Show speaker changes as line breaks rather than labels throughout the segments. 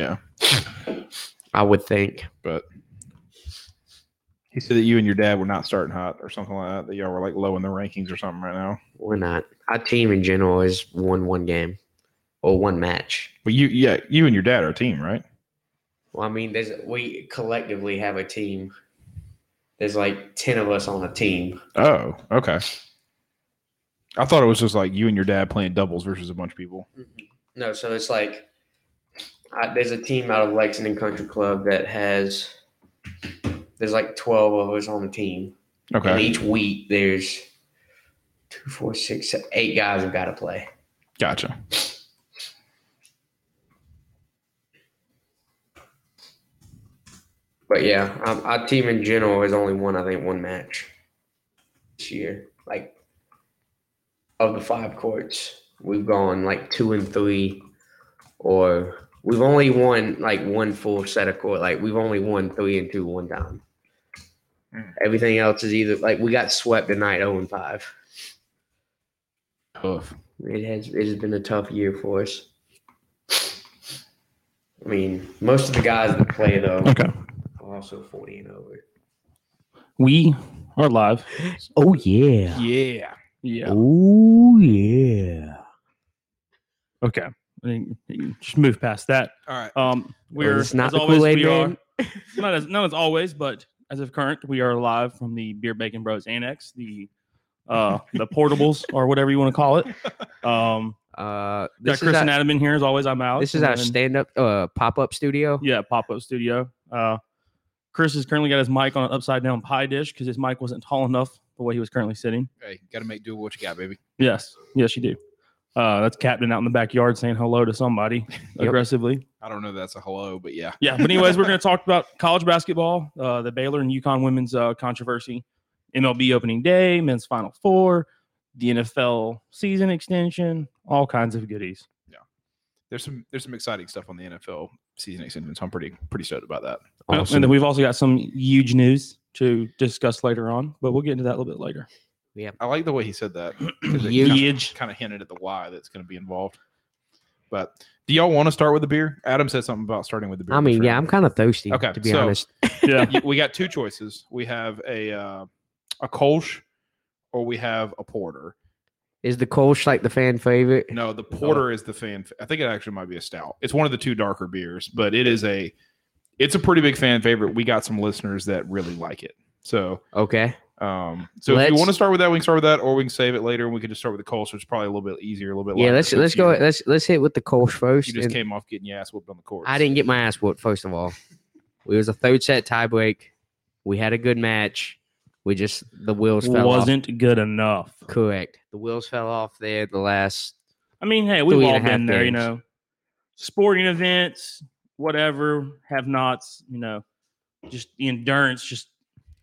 Yeah.
I would think.
But he said that you and your dad were not starting hot or something like that. That y'all were like low in the rankings or something right now.
We're not. Our team in general has won one game or one match.
But you, yeah, you and your dad are a team, right?
Well, I mean, there's we collectively have a team. There's like ten of us on a team.
Oh, okay. I thought it was just like you and your dad playing doubles versus a bunch of people.
No, so it's like I, there's a team out of Lexington Country Club that has there's like twelve of us on the team, and
Okay,
each week there's two, four, six, seven, eight guys have got to play.
gotcha.
But yeah, um, our team in general has only won I think one match this year. Like of the five courts, we've gone like two and three, or we've only won like one full set of court. Like we've only won three and two one time.
Mm.
Everything else is either like we got swept tonight zero and five.
Tough.
It has it has been a tough year for us. I mean, most of the guys that play though
Okay.
are also forty and over.
We are live.
Oh yeah.
Yeah. Yeah.
Oh yeah. Okay. I think- Just move past that.
All right.
Um, we're
it's not
as
the
always
Kool-Aid
we
Man?
are not as not as always, but as of current, we are live from the Beer Bacon Bros Annex, the uh the portables or whatever you want to call it. Um,
Uh,
got
this is
Chris and
our,
Adam in here as always. I'm out.
this is our
and-
stand-up uh, pop-up studio.
Yeah, pop up studio. Uh, Chris has currently got his mic on an upside down pie dish because his mic wasn't tall enough the way he was currently sitting.
Hey, got to make do with what you got, baby.
Yes, yes, you do. Uh, that's Captain out in the backyard saying hello to somebody aggressively.
I don't know. If that's a hello, but yeah.
Yeah, but anyways, we're going to talk about college basketball, uh, the Baylor and UConn women's uh, controversy, MLB opening day, men's Final Four, the NFL season extension, all kinds of goodies.
There's some there's some exciting stuff on the NFL season extension. So I'm pretty pretty stoked about that.
Oh,
Awesome.
And then we've also got some huge news to discuss later on, but we'll get into that a little bit later.
I like the way he said that.
You-
Huge.
kind of hinted at the why that's going to be involved. But do y'all want to start with the beer? Adam said something about starting with the beer.
I mean,
Sure.
yeah, I'm kind of thirsty.
Okay,
to be
so-
honest.
Yeah.
You- we got two choices. We have a uh, a Kolsch or we have a porter.
Is the Kolsch like the fan favorite?
No, the porter is the fan. I think it actually might be a stout. It's one of the two darker beers, but it is a it's a pretty big fan favorite. We got some listeners that really like it. So,
Okay.
um, so if you
Let's-
want to start with that, we can start with that, or we can save it later, and we can just start with the Kolsch, which is probably a little bit easier, a little bit.
Yeah,
lighter,
let's
since
let's go.
You,
Let's let's hit with the Kolsch first.
you just
and
came off getting your ass whooped on the court.
I didn't get my ass whooped. First of all, it was a third set tiebreak. We had a good match. We just the wheels fell off.
Wasn't good enough.
Correct. The wheels fell off there. The last.
I mean, hey, we've
Three and
all
a half
been there, you
games.
know. Sporting events, whatever, have nots, you know, just the endurance just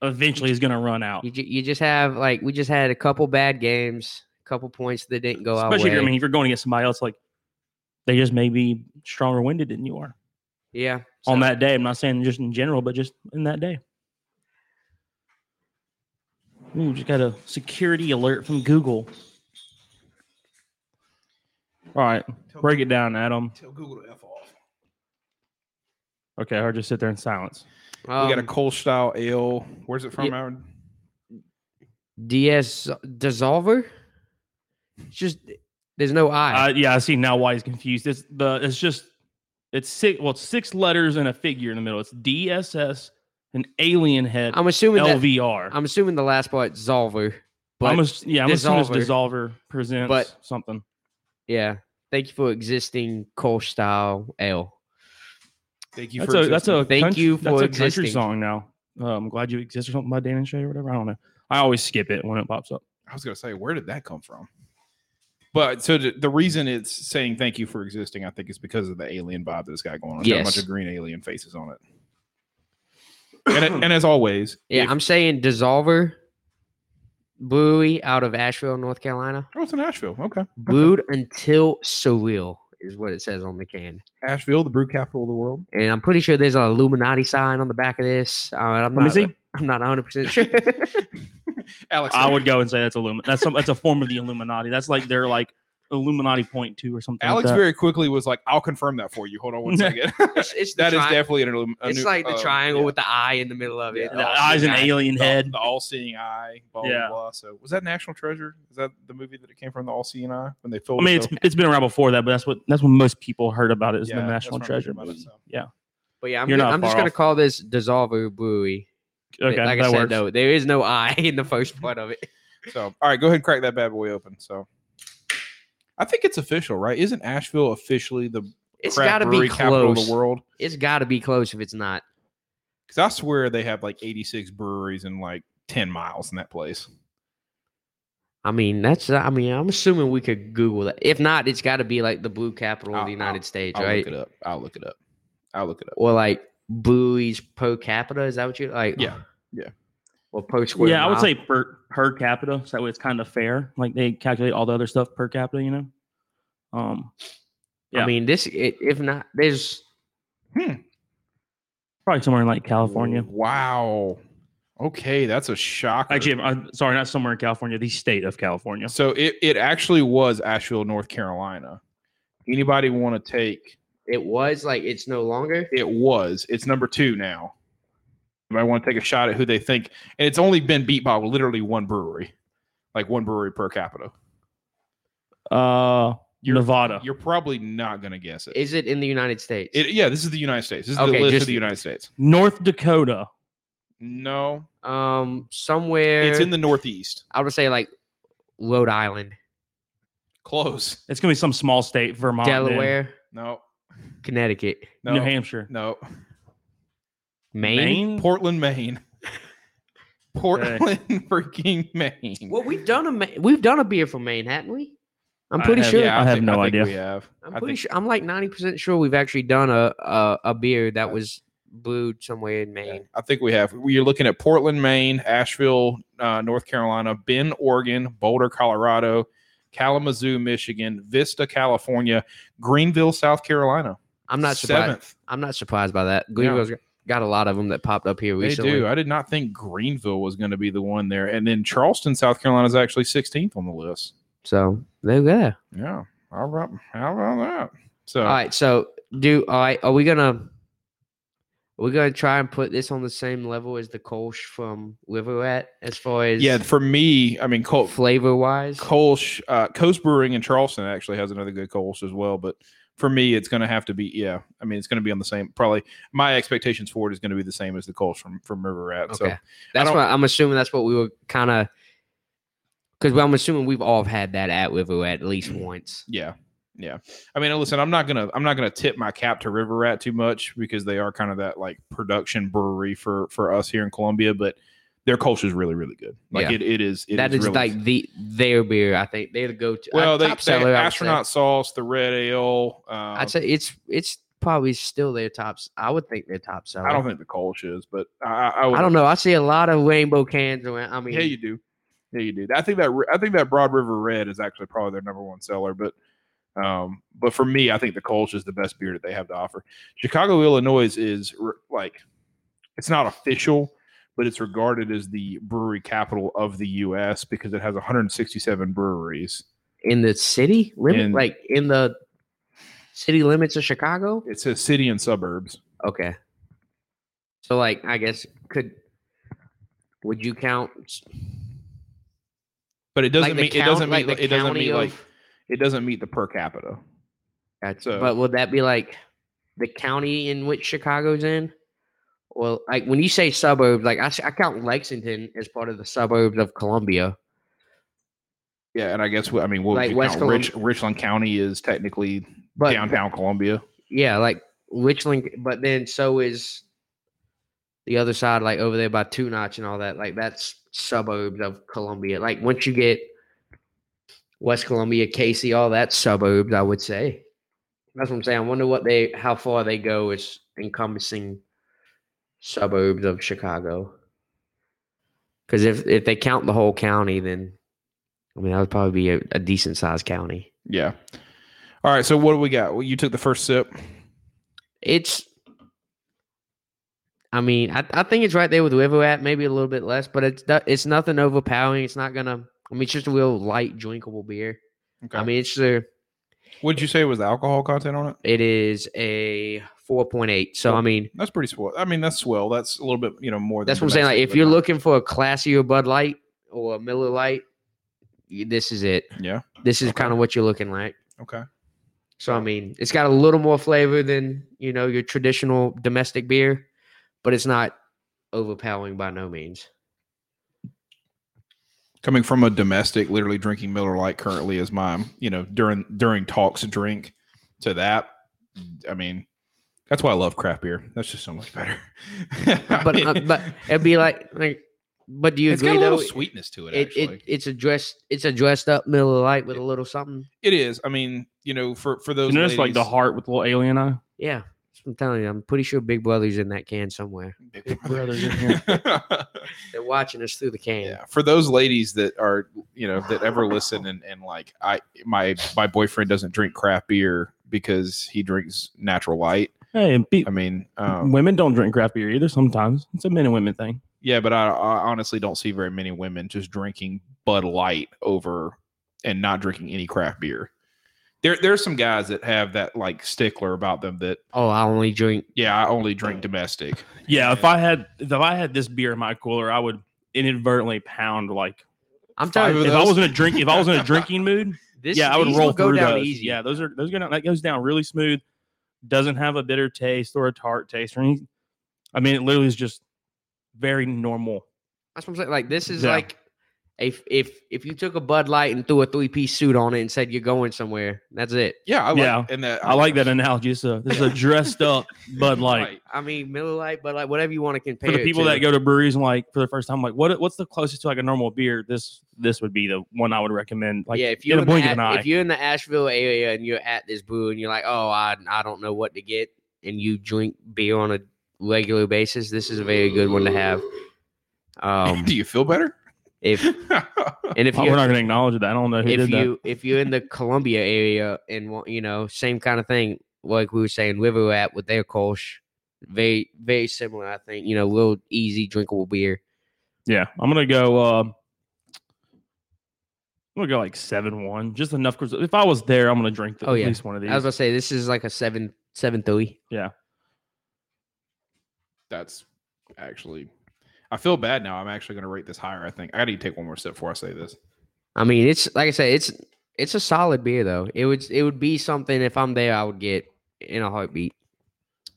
eventually is going to run out.
You ju- you just have like we just had a couple bad games, a couple points that didn't go
Especially if
our way.
you're, I mean, if you're going against somebody else, like they just may be stronger winded than you are
yeah.
on
so-
that day. I'm not saying just in general, but just in that day. Ooh, just got a security alert from Google. All right, break it down, Adam.
Tell Google to f off.
Okay, or just sit there in silence.
we got a
Um,
Kolsch style ale. Where's it from,
yeah.
Aaron?
DS dissolver. It's just there's no I.
Uh, yeah, I see now why he's confused. It's the it's just it's six well it's six letters and a figure in the middle. It's DSS, an alien head,
I'm assuming that,
LVR. I'm,
I'm assuming the last part dissolver. But
ass- yeah, I'm assuming it's dissolver presents
But-
something.
yeah, thank you for existing Kolsch style ale.
Thank you
That's
for
a that's a
existing.
Thank
country,
you
that's
for
a country
existing.
song now. Uh, I'm glad you exist or something by Dan and Shay or whatever. I don't know. I always skip it when it pops up.
I was gonna say, where did that come from? But so the, the reason it's saying thank you for existing, I think, is because of the alien vibe that it's got going on. It's got a bunch
Yes.
of green alien faces on it. And, it- and as always,
Yeah,
if-
I'm saying dissolver brewery out of Asheville, North Carolina.
oh, it's in Asheville. Okay,
Brewed until surreal is what it says on the can.
Asheville, the brew capital of the world.
And I'm pretty sure there's an Illuminati sign on the back of this. Uh, I'm,
Let me
not,
see.
I'm not 100% sure.
Alex,
I would go and say that's Illumi- That's some, that's a form of the Illuminati. That's like they're like Illuminati point two or something.
Alex
like that.
very quickly was like, "I'll confirm that for you." Hold on one second.
It's, it's the
That is
tri-
definitely an. Illum- a
It's
new-
like the
uh,
triangle
yeah.
with the eye in the middle of it.
Yeah.
Oh, and
the
all
eyes
shit.
and alien
the,
head.
the all-seeing eye. Blah,
Yeah.
blah blah. So was that National Treasure? Is that the movie that it came from? The all-seeing eye when they
I
filmed.
mean, it's it's been around before that, but that's what that's when most people heard about it is
Yeah,
the
that's
National
what I'm thinking
Treasure
about it,
movie.
so.
Yeah,
But yeah, I'm,
You're
ju-
not
I'm just
far
gonna
off.
call this dissolver buoy.
okay,
like
that
I said,
works.
though, there is no eye in the first part of it.
so all right, go ahead and crack that bad boy open. So I think it's official, right? Isn't Asheville officially the
It's
craft
gotta be
brewery capital of
close.
the world?
It's gotta be close if it's not.
Because I swear they have like 86 breweries in like 10 miles in that place.
I mean, that's. I mean, I'm assuming we could Google that. If not, it's got to be like the blue capital of
I'll-
the
I'll-
United States,
I'll
right?
look it up. I'll look it up. I'll look it up.
Or like buoys per capita. Is that what you like?
Yeah, yeah.
Or per square.
yeah, I would
mile?
say per per capita. So that way it's kind of fair. Like they calculate all the other stuff per capita, you know. Um, yeah.
I mean, this. It, if not, there's.
probably somewhere in like California.
Wow. Okay, that's a shocker.
Actually, I'm, sorry, not somewhere in California. The state of California.
So it, it actually was Asheville, North Carolina. Anybody want to take
It was like it's no longer.
it was. It's number two now. Anybody want to take a shot at who they think? And it's only been beat by literally one brewery, like one brewery per capita.
Uh, Nevada.
You're probably not going to guess it.
Is it in the United States?
it. Yeah, this is the United States. This is
Okay,
the list
just-
of the United States.
North Dakota.
No,
um, somewhere.
it's in the Northeast.
I would say like Rhode Island,
Close.
It's gonna be some small state, Vermont, then.
Delaware,
No,
Connecticut,
no,
New Hampshire,
no.
Maine.
Portland, Maine. Portland, freaking Maine.
Well, we've done a Ma- we've done a beer from Maine, haven't we? I'm
I
pretty
have-
sure.
yeah, I have no idea.
We have.
I'm
I
pretty
think-
sure. I'm like ninety percent sure we've actually done a a, a beer that
Yeah.
was brewed somewhere in Maine.
Yeah, I think we have. we are looking at Portland, Maine, Asheville, uh, North Carolina, Bend, Oregon, Boulder, Colorado, Kalamazoo, Michigan, Vista, California, Greenville, South Carolina.
I'm not surprised.
seventh.
I'm not surprised by that. Greenville's got a lot of them that popped up here
They
recently.
do. I did not think Greenville was going to be the one there, and then Charleston, South Carolina, is actually 16th on the list.
So there we go.
Yeah. All right. How about that? So
All right. So do all right. Are we gonna? We're gonna try and put this on the same level as the Kolsch from River Rat as far as
yeah, for me, I mean, Colt,
flavor wise.
Kolsch, uh, Coast Brewing in Charleston actually has another good Kolsch as well. But for me, it's going to have to be, yeah, I mean, it's going to be on the same, probably my expectations for it is going to be the same as the Kolsch from, from River Rat.
Okay.
So,
That's
don't-
what I'm assuming. That's what we were kind of because I'm assuming we've all had that at Wivu at least
Mm.
once.
yeah. Yeah. I mean, listen, I'm not going to, I'm not going to tip my cap to River Rat too much because they are kind of that like production brewery for, for us here in Columbia, but their Kolsch is really, really good. Like
Yeah.
it, it is, it
that is
really
like the their beer. I think they're the go-to. uh,
well, they,
top
they
seller, I would say.
astronaut sauce, the red ale. Um,
I'd say it's it's probably still their tops. I would think their top seller.
I don't think the Kolsch is, but I, I, I would
I don't know. I see a lot of rainbow cans around. I mean,
Yeah, you do. Yeah, you do. I think that I think that Broad River Red is actually probably their number one seller, but um, but for me, I think the Kolsch is the best beer that they have to offer. Chicago, Illinois is re- like it's not official, but it's regarded as the brewery capital of the U.S. because it has 167 breweries.
in the city limit,
In-
like in the city limits of Chicago.
It says city and suburbs.
Okay. So, like, I guess could would you count?
But it doesn't
like the
mean it
count-
doesn't mean
like
like,
the
it doesn't
county
mean
of-
like it doesn't meet the per capita.
Gotcha.
So-
But would that be like the county in which Chicago's in? Well, like when you say suburbs, like I, s- I count Lexington as part of the suburbs of Columbia.
Yeah, and I guess we- I mean we'll
Like
like
West Colum-
Rich, Richland County is technically
But
downtown Columbia.
yeah, like Richland, but then so is the other side, like over there by Two Notch and all that. Like that's suburbs of Columbia. Like once you get West Columbia, Casey, all that suburbs, I would say. That's what I'm saying. I wonder what they, how far they go is encompassing suburbs of Chicago. Because if if they count the whole county, then I mean that would probably be a, a decent sized county.
Yeah. All right. So what do we got? Well, you took the first sip.
it's I mean, I, I think it's right there with Wivo at maybe a little bit less, but it's no- it's nothing overpowering. It's not gonna. I mean, it's just a real light, drinkable beer.
Okay.
I mean, it's the
would you say was the alcohol content on it?
it is a 4.8. So I mean,
That's pretty swell. I mean, that's swell. That's a little bit, you know, more. Than
that's what I'm saying. Like,
domestic,
if
but
you're
not-
looking for a classier Bud Light or a Miller Light, y- this is it.
yeah,
This is
Okay.
kind of what you're looking like.
okay,
So I mean, it's got a little more flavor than you know your traditional domestic beer, but it's not overpowering by no means.
coming from a domestic, literally drinking Miller Lite currently as my, you know, during during talks drink to that. I mean, that's why I love craft beer. That's just so much better.
But uh, but it'd be like like. But do you
it's got
agree
a little
though?
sweetness to it.
it,
Actually,
it it's a dressed it's a dressed up Miller Lite with a little something.
it is. I mean, you know, for for those
You notice like the
ladies-
heart with little alien eye.
Yeah, I'm telling you, I'm pretty sure Big Brother's in that can somewhere.
Big
Brother's in here.
They're watching us through the can.
yeah for those ladies that are you know that ever listen and, and like i my my boyfriend doesn't drink craft beer because he drinks natural light
Hey, and pe-
i mean um,
women don't drink craft beer either. Sometimes it's a men and women thing.
yeah but I, I honestly don't see very many women just drinking bud light over and not drinking any craft beer there there's some guys that have that like stickler about them that
Oh, I only drink.
yeah i only drink domestic
Yeah, if I had if I had this beer in my cooler, I would inadvertently pound like
I'm
Five
telling you,
of
if I was in a drink if I was in a drinking mood.
this
yeah, I would
these
roll
will go
through
down
those.
easy.
Yeah, those are those go down. That goes down really smooth. Doesn't have a bitter taste or a tart taste or anything. I mean, it literally is just very normal.
that's what I'm saying. Like this is
Yeah.
like if if if you took a Bud Light and threw a three piece suit on it and said you're going somewhere, that's it.
yeah i like
Yeah.
and that
I like that analogy. It's a, this is a dressed up Bud Light.
Right.
I mean, Miller Lite, Bud Light, whatever you want to compare.
For the
it
people
to.
that go to breweries and like for the first time, like what what's the closest to like a normal beer? This this would be the one I would recommend. Like
yeah, if
in
you're
a
in, the,
blink of an
A-
eye.
if you're in the Asheville area and you're at this brew and you're like, oh, I I don't know what to get, and you drink beer on a regular basis, this is a very good one to have. Um,
do you feel better
if and if
Well, we're
you're
not going to acknowledge that. I don't know who
if
did
you if you're in the Columbia area and wa- you know same kind of thing, like we were saying, River at with their Kolsch, very very similar, I think. You know, real easy drinkable beer.
that. Yeah, I'm going to go. Uh, I'm going to go like seven one, just enough. 'cause If I was there, I'm going to drink the,
Oh, yeah.
at least one of these.
I was gonna say this is like a seven seven three.
that's actually I feel bad now. I'm actually going to rate this higher. I think I need to take one more sip before I say this.
I mean, it's like I said, it's it's a solid beer though. It would it would be something if I'm there, I would get in a heartbeat.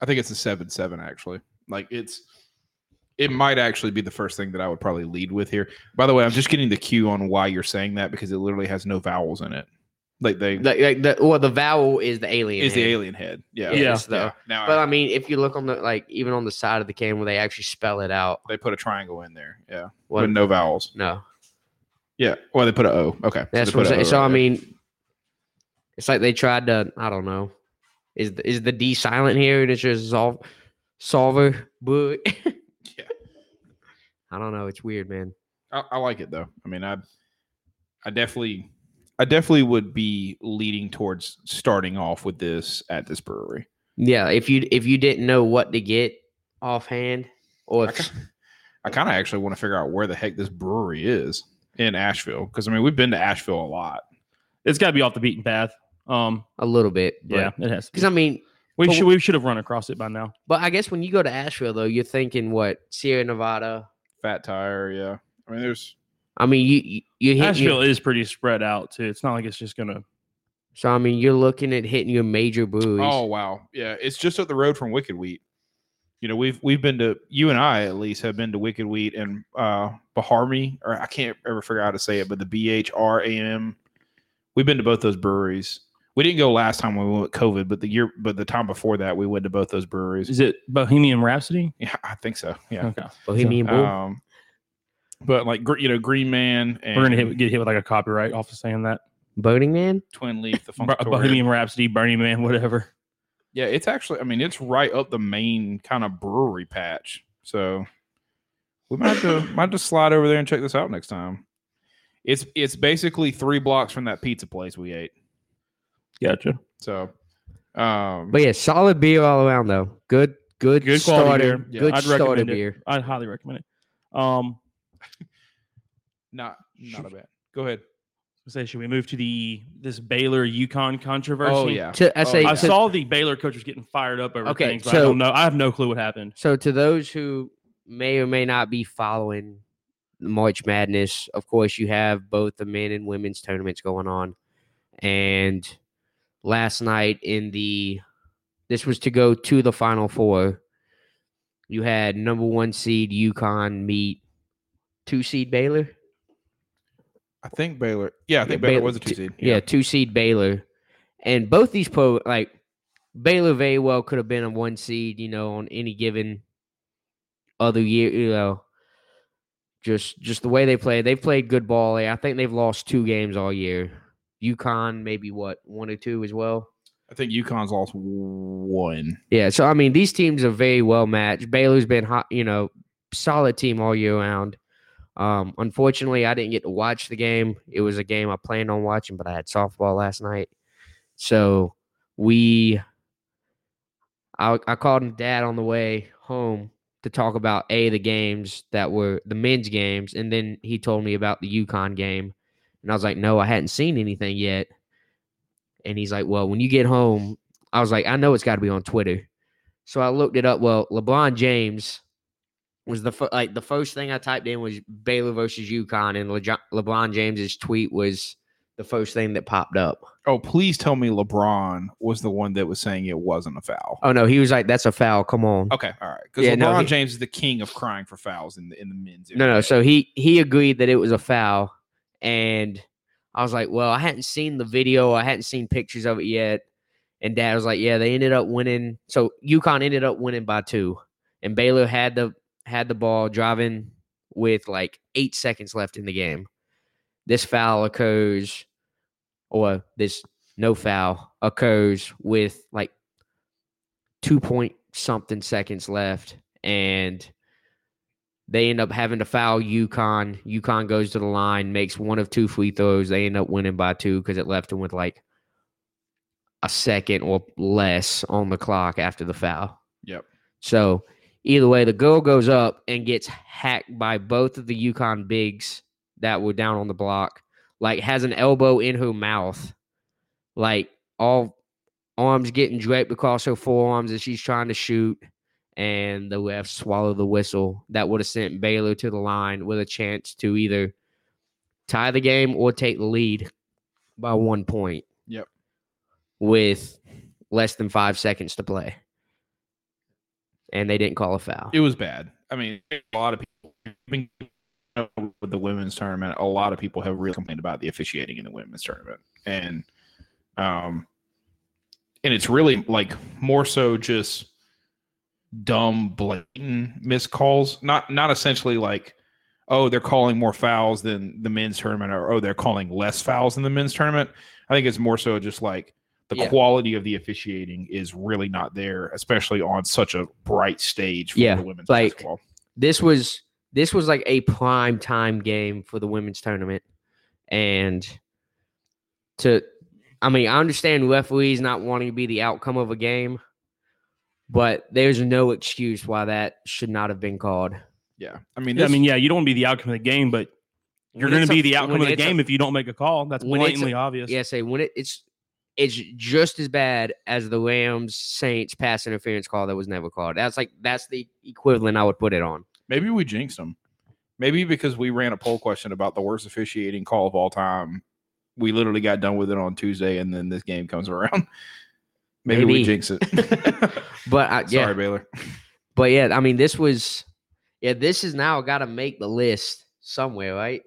I think it's a seven seven actually. Like it's it might actually be the first thing that I would probably lead with here. By the way, I'm just getting the cue on why you're saying that because it literally has no vowels in it. Like they
Like, like the well, the vowel is the alien.
is the
head.
alien head. Yeah.
Yeah.
it's the-
Now I-
But I mean, if you look on the like even on the side of the can where they actually spell it out,
they put a triangle in there. Yeah.
what?
With no vowels.
no,
Yeah. Well, they put a O. Okay. So
that's
they
what I'm
put a
saying.
O
So
right
I
there.
mean, it's like they tried to. I don't know. Is the, is the D silent here and it's just solve solver book?
Yeah.
I don't know. It's weird, man.
I, I like it though. I mean, I, I definitely, I definitely would be leading towards starting off with this at this brewery.
Yeah, if you if you didn't know what to get offhand, or
I
if,
ki- I kind of actually want to figure out where the heck this brewery is in Asheville because I mean we've been to Asheville a lot.
it's got to be off the beaten path. Um,
a little bit. But,
yeah, it has. to be.
Because I mean,
we
but
should we should have run across it by now.
but I guess when you go to Asheville though, you're thinking what Sierra Nevada.
Fat Tire, yeah. I mean, there's
I mean, you you you're hitting
Asheville
Your,
is pretty spread out too. It's not like it's just going to.
so I mean, you're looking at hitting your major breweries.
oh wow, yeah. It's just up the road from Wicked Wheat. You know, we've we've been to you and I at least have been to Wicked Wheat and uh Baharmi, or I can't ever figure out how to say it, but the B H R A M. We've been to both those breweries. We didn't go last time when we went with COVID, but the year, but the time before that, we went to both those breweries.
Is it Bohemian Rhapsody?
Yeah, I think so. Yeah.
Okay.
Bohemian Bull.
Oh.
Um, but like gr- you know, Green Man and
We're gonna hit, get hit with like a copyright off of saying that.
Boating Man.
Twin Leaf, the
Bo-
Funkatory.
Bohemian Rhapsody, Burning Man, whatever.
Yeah, it's actually. I mean, it's right up the main kind of brewery patch. So we might have to might just slide over there and check this out next time. It's it's basically three blocks from that pizza place we ate.
Gotcha.
So, um,
But yeah, solid beer all around though. Good good
Good quality
starter.
beer.
Yeah,
Good
I'd
starter
recommend it.
beer.
I'd highly recommend it. Um,
not not a bad. Go ahead.
Say, should we move to the this Baylor Yukon controversy?
Oh yeah.
To, I say,
yeah.
I
to-
saw the Baylor coaches getting fired up over
Okay,
things, but I
so-
don't know. I have no clue what happened.
So to those who may or may not be following the March Madness, of course you have both the men and women's tournaments going on. And last night in the this was to go to the final four. You had number one seed UConn meet two seed Baylor.
I think Baylor. Yeah, I think
Yeah,
Baylor
Baylor-
was a two seed.
Yeah, two seed Baylor, and both these pro like Baylor very well could have been a one seed, you know, on any given other year, you know. Just just the way they play, they've played good ball. I think they've lost two games all year. UConn, maybe what one or two as well.
I think UConn's lost one.
Yeah, so I mean, these teams are very well matched. Baylor's been hot, you know, solid team all year round. Um, unfortunately, I didn't get to watch the game. It was a game I planned on watching, but I had softball last night, so we. I, I called him dad on the way home to talk about a the games that were the men's games, and then he told me about the Yukon game, and I was like, no, I hadn't seen anything yet, and he's like, well, when you get home, I was like, I know it's got to be on Twitter. So I looked it up. Well, LeBron James was the fir- like the first thing I typed in was Baylor versus UConn, and Lejo- LeBron James's tweet was the first thing that popped up.
Oh, please tell me LeBron was the one that was saying it wasn't a foul.
Oh no, he was like, "That's a foul. Come on."
Okay, all right. Because
Yeah,
LeBron
no, he-
James is the king of crying for fouls in the in the men's.
No,
area.
no. So he he agreed that it was a foul, and I was like, well, I hadn't seen the video, I hadn't seen pictures of it yet, and Dad was like, yeah, they ended up winning. So UConn ended up winning by two, and Baylor had the had the ball driving with like eight seconds left in the game. This foul occurs, or this no foul occurs with like two point something seconds left, and they end up having to foul UConn. UConn goes to the line, makes one of two free throws. They end up winning by two because it left them with like a second or less on the clock after the foul.
Yep.
So either way, the goal goes up and gets hacked by both of the UConn bigs that were down on the block. Like has an elbow in her mouth, like all arms getting draped across her forearms as she's trying to shoot and the ref swallowed the whistle. That would have sent Baylor to the line with a chance to either tie the game or take the lead by one point.
Yep.
With less than five seconds to play. And they didn't call a foul.
it was bad. I mean, a lot of people. I mean, with the women's tournament, a lot of people have really complained about the officiating in the women's tournament, and um, and it's really like more so just dumb, blatant missed calls. Not not essentially like, oh, they're calling more fouls than the men's tournament, or oh, they're calling less fouls than the men's tournament. I think it's more so just like the
Yeah.
quality of the officiating is really not there, especially on such a bright stage for
Yeah,
the women's
like-
basketball.
this was this was like a prime time game for the women's tournament and to i mean i understand referees not wanting to be the outcome of a game but there's no excuse why that should not have been called
Yeah, I mean,
Yeah, I
this-
mean, yeah, you don't want to be the outcome of the game, but you're
When
going
it's
to
a-
be the outcome
when
of the
it's a-
game if you don't make a call. That's
when it's a-
blatantly obvious.
yeah say when it, it's it's just as bad as the rams saints pass interference call that was never called that's like that's the equivalent i would put it on
maybe we jinxed them. Maybe because we ran a poll question about the worst officiating call of all time, we literally got done with it on Tuesday, and then this game comes around. Maybe, we
Maybe.
jinx it.
but I, yeah
Sorry, Baylor.
But yeah, I mean, this was, yeah, this is now got to make the list somewhere, right?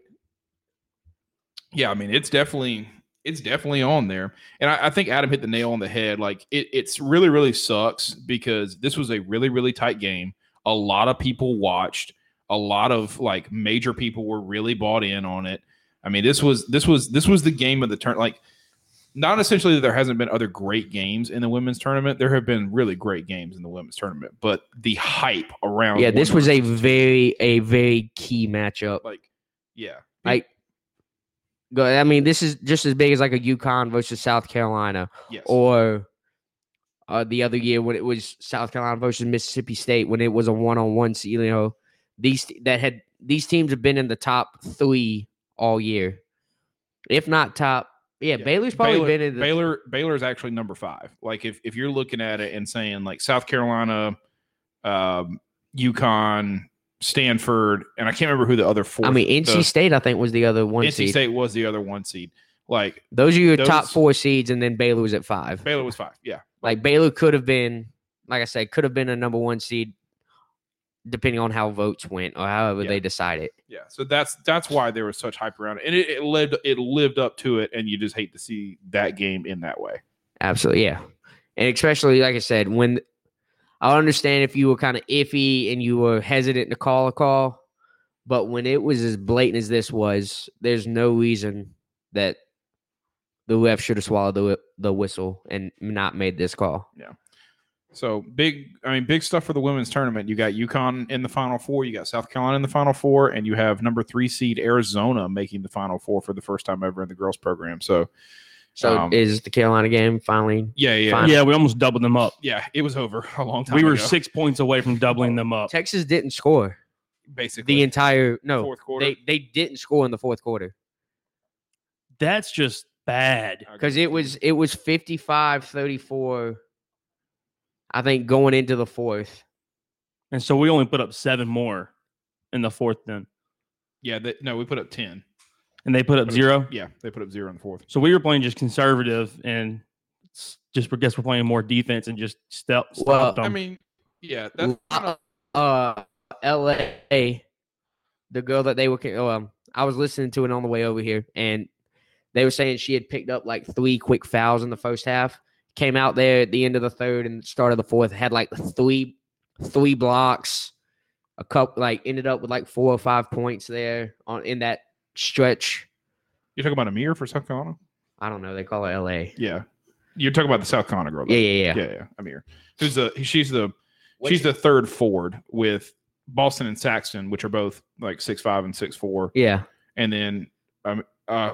Yeah, I mean, it's definitely it's definitely on there, and I, I think Adam hit the nail on the head. Like it, it's really really sucks because this was a really really tight game. A lot of people watched. A lot of like major people were really bought in on it. I mean, this was this was this was the game of the turn. Like, not essentially that there hasn't been other great games in the women's tournament. There have been really great games in the women's tournament, but the hype around
Yeah, this
women's
was a very, a very key matchup.
like, yeah,
Like, go- I mean, this is just as big as like a Yukon versus South Carolina,
yes,
or uh, the other year when it was South Carolina versus Mississippi State when it was a one-on-one. se- You know, these that had these teams have been in the top three all year. if not top. Yeah,
Yeah.
Baylor's probably
Baylor,
been in the
Baylor. Baylor is actually number five. Like if if you're looking at it and saying like South Carolina, um, UConn, Stanford, and I can't remember who the other four.
I mean, NC
the-
State, I think, was the other one
NC
seed.
State was the other one seed. Like
Those are your top
those-
four seeds, and then Baylor was at five.
Baylor was five. Yeah,
Like Baylor could have been, like I said, could have been a number one seed, depending on how votes went or however
Yeah.
they decide it.
yeah. So that's that's why there was such hype around it, and it, it lived it lived up to it, and you just hate to see that game in that way.
Absolutely, yeah. And especially, like I said, when I understand if you were kind of iffy and you were hesitant to call a call, but when it was as blatant as this was, there's no reason that the ref should have swallowed the, whi- the whistle and not made this call.
So big, I mean, big stuff for the women's tournament. You got UConn in the final four, you got South Carolina in the final four, and you have number three seed Arizona making the final four for the first time ever in the girls program. So
So
Um,
is the Carolina game finally?
yeah, yeah,
Fine.
Yeah, we almost doubled them up.
yeah. It was over a long time.
We were
ago,
six points away from doubling them up.
Oh. Texas didn't score
basically
the entire no.
fourth quarter.
They they didn't score in the fourth quarter
That's just bad.
because it was it was 55-34 I think going into the fourth.
And so we only put up seven more in the fourth then.
yeah, that no, we put up ten.
And they put up zero.
Yeah, they put up zero in the fourth.
So we were playing just conservative and s- just I guess we're playing more defense and just step, stopped
Well,
them.
I mean, yeah, that's
Uh, uh, L.A. The girl that they were, ca- oh, um, I was listening to it on the way over here, and they were saying she had picked up like three quick fouls in the first half. Came out there at the end of the third and start of the fourth, had like three, three blocks, a couple like ended up with like four or five points there on in that stretch.
you're talking about Amir for South Carolina.
I don't know. They call it L.A.
Yeah, you're talking about the South Carolina girl. though.
Yeah, yeah, yeah.
yeah, yeah. Amir, who's the she's the she's the third forward with Boston and Saxton, which are both like six five and six four,
yeah.
and then um, uh,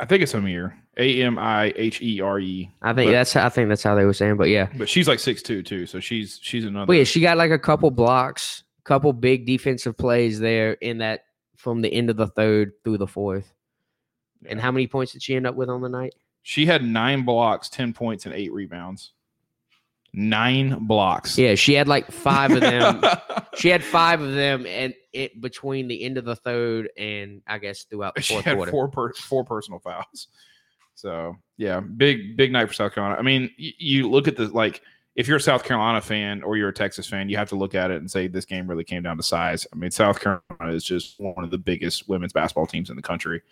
I think it's Amir A M I H E R E,
I think
But-
that's I think that's how they were saying, but yeah.
but she's like six two too, so she's she's another.
But yeah, she got like a couple blocks, couple big defensive plays there in that from the end of the third through the fourth. And
Yeah.
how many points did she end up with on the night?
she had nine blocks, ten points, and eight rebounds. Nine blocks.
Yeah, she had like five of them. she had five of them, and it between the end of the third and I guess throughout the
she
fourth
had
quarter.
four per, four personal fouls. So yeah, big big night for South Carolina. I mean, y- you look at the like if you're a South Carolina fan or you're a Texas fan, you have to look at it and say this game really came down to size. I mean, South Carolina is just one of the biggest women's basketball teams in the country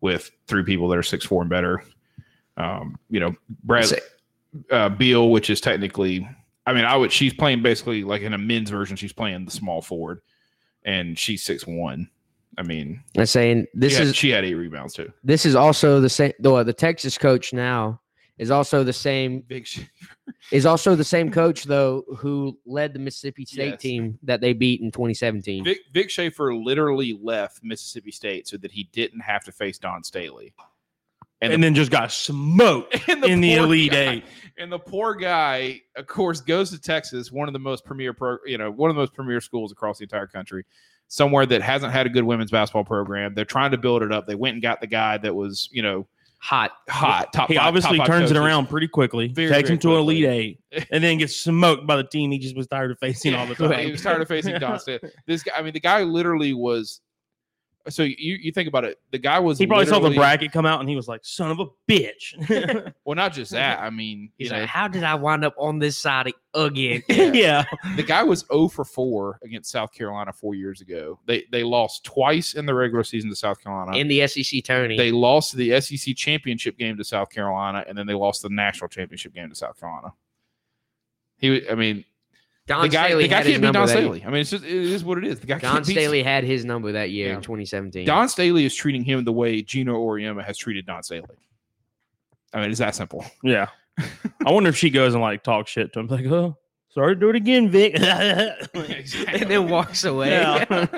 with three people that are six four and better. Um, you know, Brad
Say-
uh, Beal, which is technically, I mean, I would she's playing basically like in a men's version. She's playing the small forward, and she's six one. I mean,
I'm saying this
she had-
is
she had eight rebounds too.
this is also the same. The, the Texas coach now is also the same
Big shit.
is also the same coach though who led the Mississippi State
Yes.
team that they beat in 2017.
Vic, Vic Schaefer literally left Mississippi State so that he didn't have to face Don Staley.
and,
And
then just got smoked
And
in the
poor
Elite
guy-
Eight.
And the poor guy, of course, goes to Texas, one of the most premier pro, you know, one of the most premier schools across the entire country, somewhere that hasn't had a good women's basketball program. They're trying to build it up. They went and got the guy that was, you know,
Hot.
hot. Top
He
five-
obviously
top five
turns it
coaches.
around pretty quickly,
Very,
takes
very
him to an
quickly.
Elite Eight, and then gets smoked by the team he just was tired of facing all the
Yeah,
time.
He was tired of facing Don Staley. This guy, I mean, the guy literally was. So you you think about it, the guy was
He probably saw the
literally-
bracket come out and he was like, "Son of a bitch!"
Well, not just that. I mean,
He's
you know,
like, how did I wind up on this side again?
yeah,
the guy was 0 for 4 against South Carolina four years ago. They they lost twice in the regular season to South Carolina.
in the SEC tourney.
they lost the SEC championship game to South Carolina, and then they lost the national championship game to South Carolina. He, wa- I mean,
Don
the guy,
Staley
the guy
had his
can't beat
number
Don
that year.
Staley. I mean, it's just it is what it is. The guy
Don
can't beat-
Staley had his number that year
Yeah.
in 2017.
Don Staley is treating him the way Gino Oriema has treated Don Staley. I mean, it's that simple.
yeah. I wonder if she goes and like talks shit to him, like, "Oh, sorry to do it again, Vic."
and then walks away.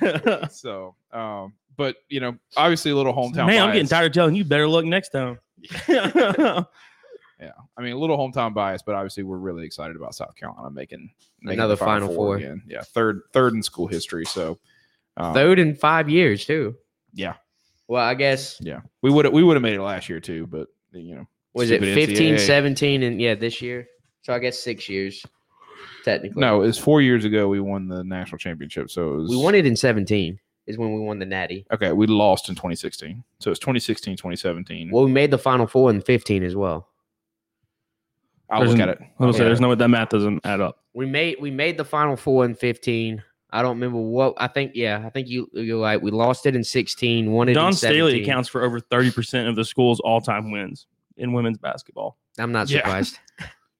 Yeah.
so, um, but you know, obviously, a little hometown.
Man,
bias.
I'm
Oh,
getting tired of telling you. Better luck next time. yeah,
Yeah, I mean a little hometown bias, but obviously we're really excited about South Carolina making, making
Another
the
Final Four.
again. Yeah, third third in school history. So um,
Third in five years, too.
yeah,
Well, I guess
Yeah, we would we would have made it last year too, but you know,
was it
Stupid
15,
NCAA.
17, and yeah, this year. So I guess six years, technically.
no, it's four years ago we won the national championship, so it was
we won it in seventeen. Is when we won the Natty.
Okay, we lost in 2016, so it's 2016, 2017.
Well, we made the Final Four in fifteen as well.
I'll
There's
look
an-
at it.
I was gonna say,
Yeah.
there's no that math doesn't add up.
We made we made the Final Four in fifteen. I don't remember what I think. Yeah, I think you you're right. We lost it in sixteen. Won it.
Don
in
Staley
17.
accounts for over 30% of the school's all-time wins in women's basketball.
I'm not
Yeah.
surprised.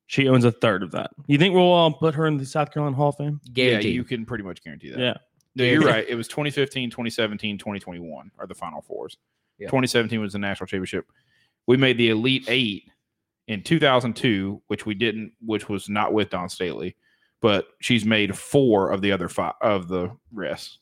She owns a third of that. You think we'll all put her in the South Carolina Hall of Fame?
Yeah,
Guaranteed.
you can pretty much guarantee that.
Yeah.
No, you're right. It was 2015, 2017, 2021 are the final fours.
Yeah.
2017 was the national championship. We made the Elite Eight in 2002, which we didn't, which was not with Don Staley, but she's made four of the other five of the rest.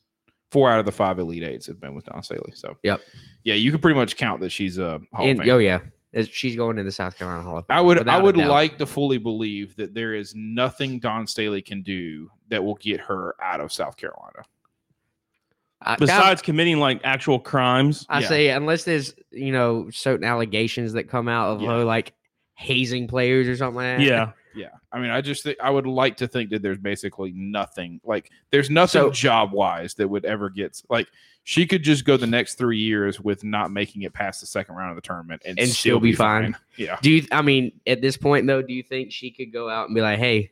Four out of the five Elite Eights have been with Don Staley. So,
Yep.
Yeah, you can pretty much count that she's a Hall of
And-
Famer.
oh yeah, As- she's going to the South Carolina Hall. Of Fame,
I would I
without a
would
doubt.
like to fully believe that there is nothing Don Staley can do that will get her out of South Carolina.
I,
Besides committing like actual crimes,
I
yeah.
say unless there's you know certain allegations that come out of
Yeah.
her like hazing players or something. Like that.
yeah,
Yeah. I mean, I just think I would like to think that there's basically nothing like there's nothing
So-
job wise that would ever get like she could just go the next three years with not making it past the second round of the tournament and,
And still be fine.
Yeah.
Do you? I mean, at this point though, do you think she could go out and be like, "Hey,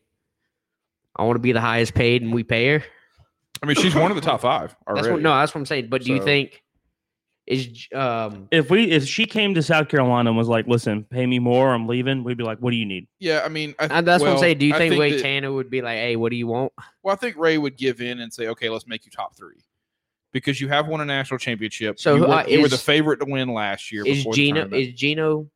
I want to be the highest paid, and we pay her"?
I mean, she's one of the top five already.
That's what, no, that's what I'm saying. But do you
So-
think is j- um
if we if she came to South Carolina and was like, "Listen, pay me more, I'm leaving," we'd be like, "What do you need?"
Yeah. I mean, I,
uh, that's what I'm
well,
saying. Do you
I
think, Wade
that-
Tanner would be like, "Hey, what do you want?"
Well, I think Ray would give in and say, okay, let's make you top three because you have won a national championship.
So
you
who-
were,
uh,
you were the
is-
favorite to win last year.
Is
before the
Gino
tournament.
is Gino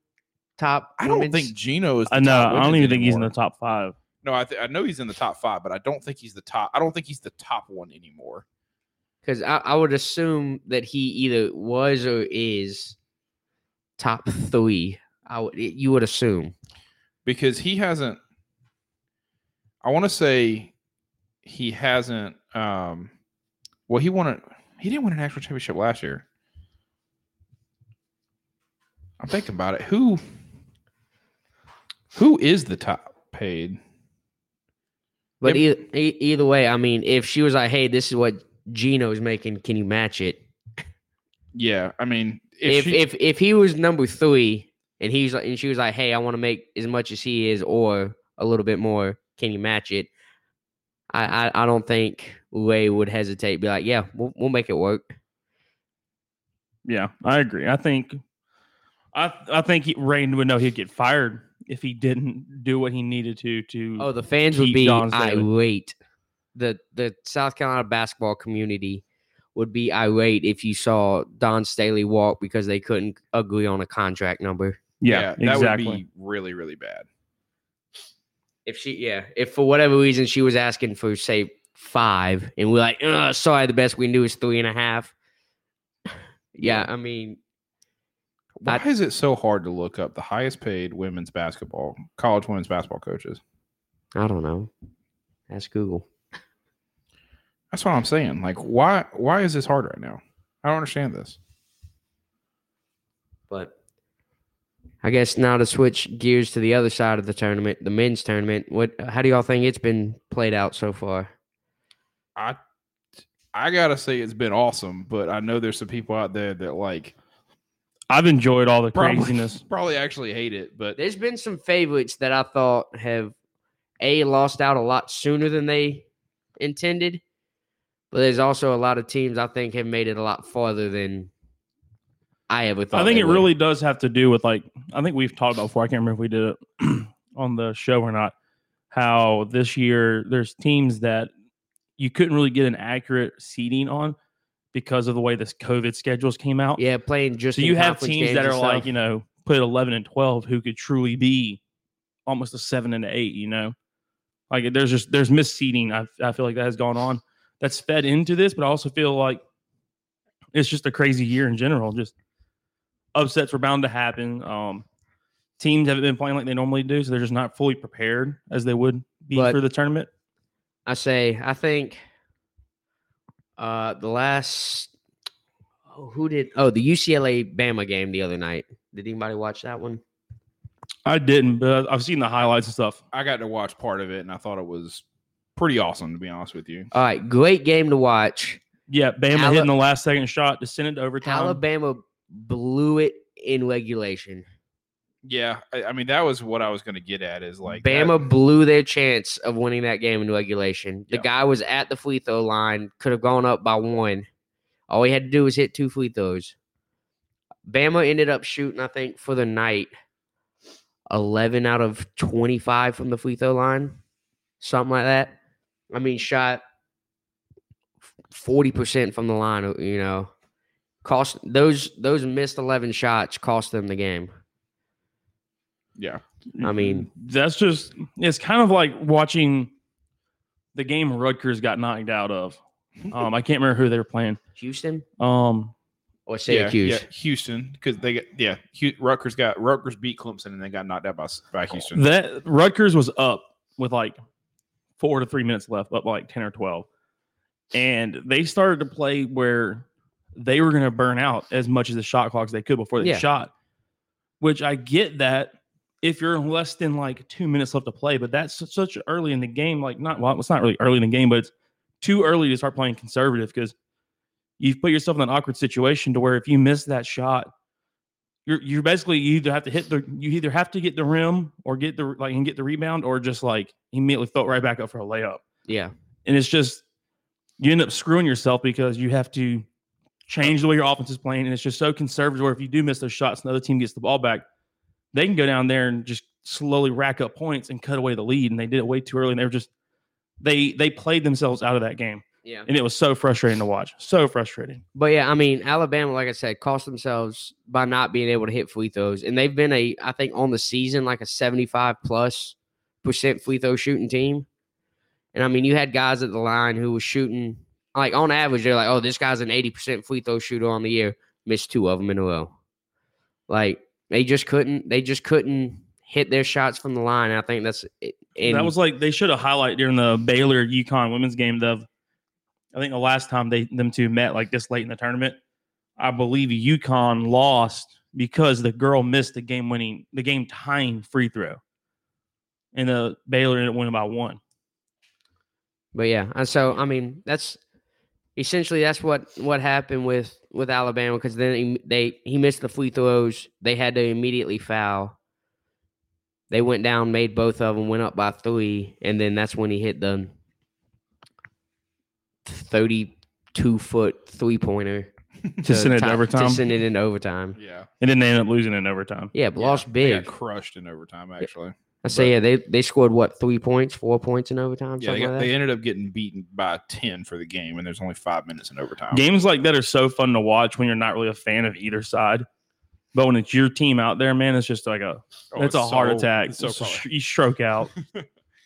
top?
I don't
women's?
think Gino is. the
I know.
top
Uh, I don't
women's
even think he's in the
anymore.
top five.
No, I, th- I know he's in the top five, but I don't think he's the top. I don't think he's the top one anymore.
Because I, I would assume that he either was or is top three. I would y- you would assume.
because he hasn't I want to say he hasn't um well he won a he didn't win an actual championship last year. I'm thinking about it. Who who is the top paid?
But
Yep.
either, either way, I mean, if she was like, "Hey, this is what Gino's making. Can you match it?"
Yeah, I mean if,
If
she-
if if he was number three and he's like, and she was like, "Hey, I want to make as much as he is, or a little bit more. Can you match it?" I I, I don't think Ray would hesitate. Be like, "Yeah, we'll, we'll make it work."
Yeah, I agree. I think, I I think he, Rain would know he'd get fired if he didn't do what he needed to to.
Oh, the fans would
Keep
be
Don Staley.
irate. The the South Carolina basketball community would be irate if you saw Don Staley walk because they couldn't agree on a contract number.
yeah,
that
exactly.
would be really really bad.
If she yeah, if for whatever reason she was asking for say five and we're like, "Ugh, sorry, the best we can do is three and a half. Yeah, I mean
Why
I-
is it so hard to look up the highest paid women's basketball college women's basketball coaches?
I don't know. Ask Google.
That's what I'm saying. Like why why is this hard right now? I don't understand this.
But I guess now to switch gears to the other side of the tournament, the men's tournament. What? How do y'all think it's been played out so far?
I I gotta say it's been awesome, but I know there's some people out there that like
I've enjoyed all the
probably,
craziness.
probably actually hate it, but
There's been some favorites that I thought have a lost out a lot sooner than they intended, but there's also a lot of teams I think have made it a lot farther than I ever thought.
I think
they
it
would.
really does have to do with like I think we've talked about before. I can't remember if we did it on the show or not. How this year there's teams that you couldn't really get an accurate seeding on because of the way this COVID schedules came out.
Yeah, playing just
so
in
you have
conference
teams
games
that
and
are like
stuff.
you know put eleven and twelve who could truly be almost a seven and an eight. You know, like there's just there's misseeding. I I feel like that has gone on. That's fed into this, but I also feel like it's just a crazy year in general. Just upsets were bound to happen. Um, teams haven't been playing like they normally do, so they're just not fully prepared as they would be
But-
for the tournament.
I say, I think uh the last Oh, who did? Oh, the UCLA Bama game the other night. Did anybody watch that one?
I didn't, but I've seen the highlights and stuff.
I got to watch part of it, and I thought it was pretty awesome, to be honest with you.
All right, great game to watch.
Yeah, Bama
Ala-
hitting the last second shot to send it to overtime.
Alabama blew it in regulation.
Yeah, I, I mean that was what I was going to get at is like that-
Bama blew their chance of winning that game in regulation. The
Yeah.
guy was at the free throw line, could have gone up by one. All he had to do was hit two free throws. Bama ended up shooting, I think, for the night, 11 out of 25 from the free throw line, something like that. I mean, shot 40% from the line, uh, you know. Cost those those missed 11 shots cost them the game.
yeah,
I mean-
that's just it's kind of like watching the game Rutgers got knocked out of. Um, I can't remember who they were playing.
Houston
Um,
or
yeah,
Syracuse?
yeah, Houston because they got yeah, Hu- Rutgers got Rutgers beat Clemson and they got knocked out by s- by Houston.
that Rutgers was up with like four to three minutes left, up like ten or twelve, and they started to play where they were going to burn out as much as the shot clock as they could before they
Yeah.
shot. Which I get that if you're less than like two minutes left to play, but that's su- such early in the game. Like not well, it's not really early in the game, but it's too early to start playing conservative because you've put yourself in an awkward situation to where if you miss that shot you're you're basically you either have to hit the you either have to get the rim or get the like and get the rebound or just like immediately throw it right back up for a layup.
yeah.
And it's just you end up screwing yourself because you have to change the way your offense is playing, and it's just so conservative. Where if you do miss those shots, and the other team gets the ball back, they can go down there and just slowly rack up points and cut away the lead. And they did it way too early, and they were just they they played themselves out of that game,
Yeah.
and it was so frustrating to watch. So frustrating.
But yeah, I mean, Alabama, like I said, cost themselves by not being able to hit free throws. And they've been a, I think, on the season, like a 75 plus percent free throw shooting team. And I mean, you had guys at the line who were shooting, like on average, they're like, oh, this guy's an 80% free throw shooter on the year. Missed two of them in a row. Like, they just couldn't, they just couldn't hit their shots from the line. I think that's, and
that was like they should have highlighted during the Baylor Yukon women's game. The I think the last time they them two met like this late in the tournament, I believe UConn lost because the girl missed the game winning the game tying free throw, and the Baylor ended up winning by one.
But yeah, and so I mean, that's essentially that's what what happened with with Alabama because then he, they he missed the free throws. They had to immediately foul. They went down, made both of them, went up by three, and then that's when he hit the thirty-two foot three pointer
To send it to overtime?
To send it in overtime.
Yeah,
And then they ended up losing in overtime.
Yeah, but lost
they
big.
got crushed in overtime. Actually,
I say, yeah, they they scored what three points, four points in
yeah,
overtime.
they,
something
got,
like that?
they ended up getting beaten by ten for the game, and there's only five minutes in overtime.
Games like that are so fun to watch when you're not really a fan of either side. But when it's your team out there, man, it's just like a
Oh,
it's a
so-
heart attack.
it's so
It's a
probably-
sh- you stroke out.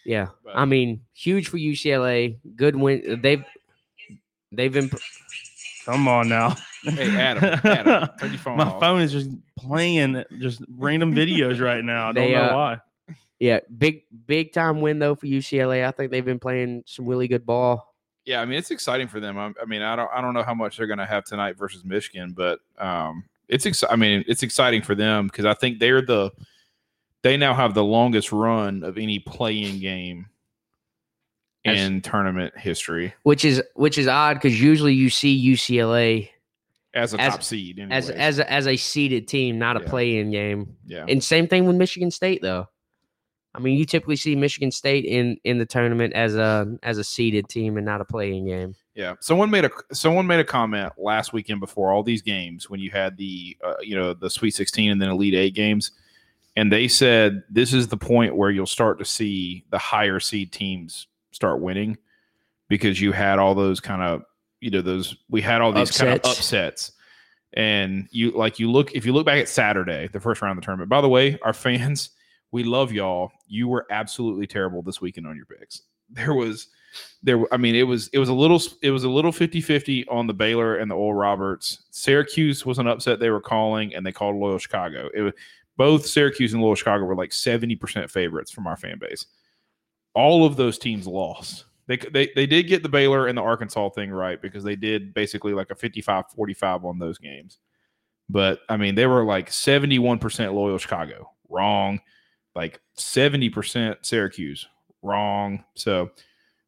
Yeah,
But-
I mean, huge for UCLA. Good win. uh, They've they've been.
Come on now.
hey Adam, Adam, turn your phone
My
off.
phone is just playing just random videos right now. I don't
They,
know
uh,
why.
Yeah, big big time win though for UCLA. I think they've been playing some really good ball.
Yeah, I mean it's exciting for them. I, I mean I don't I don't know how much they're going to have tonight versus Michigan, but um, it's ex- I mean it's exciting for them because I think they're the they now have the longest run of any playing game
That's-
in tournament history
Which is which is odd because usually you see UCLA
as a
As-
top seed.
as
anyways.
as a, as a seeded team, not a
Yeah.
play-in game.
yeah,
And same thing with Michigan State though. I mean, you typically see Michigan State in in the tournament as a as a seeded team and not a playing game.
Yeah, someone made a someone made a comment last weekend before all these games when you had the uh, you know the Sweet 16 and then Elite Eight games, and they said this is the point where you'll start to see the higher seed teams start winning because you had all those kind of you know those we had all these kind of
Upsets.
upsets, and you like you look if you look back at Saturday the first round of the tournament. By the way, our fans, we love y'all. You were absolutely terrible this weekend on your picks. There was there were- i mean it was it was a little it was a little 50-50 on the baylor and the old roberts syracuse was an upset they were calling and they called loyal chicago it was both syracuse and loyal chicago were like 70% favorites from our fan base all of those teams lost They, they, they did get the Baylor and the Arkansas thing right because they did basically like a 55 45 on those games. But I mean, they were like 71% loyal Chicago. Wrong. Like 70% Syracuse. Wrong. So,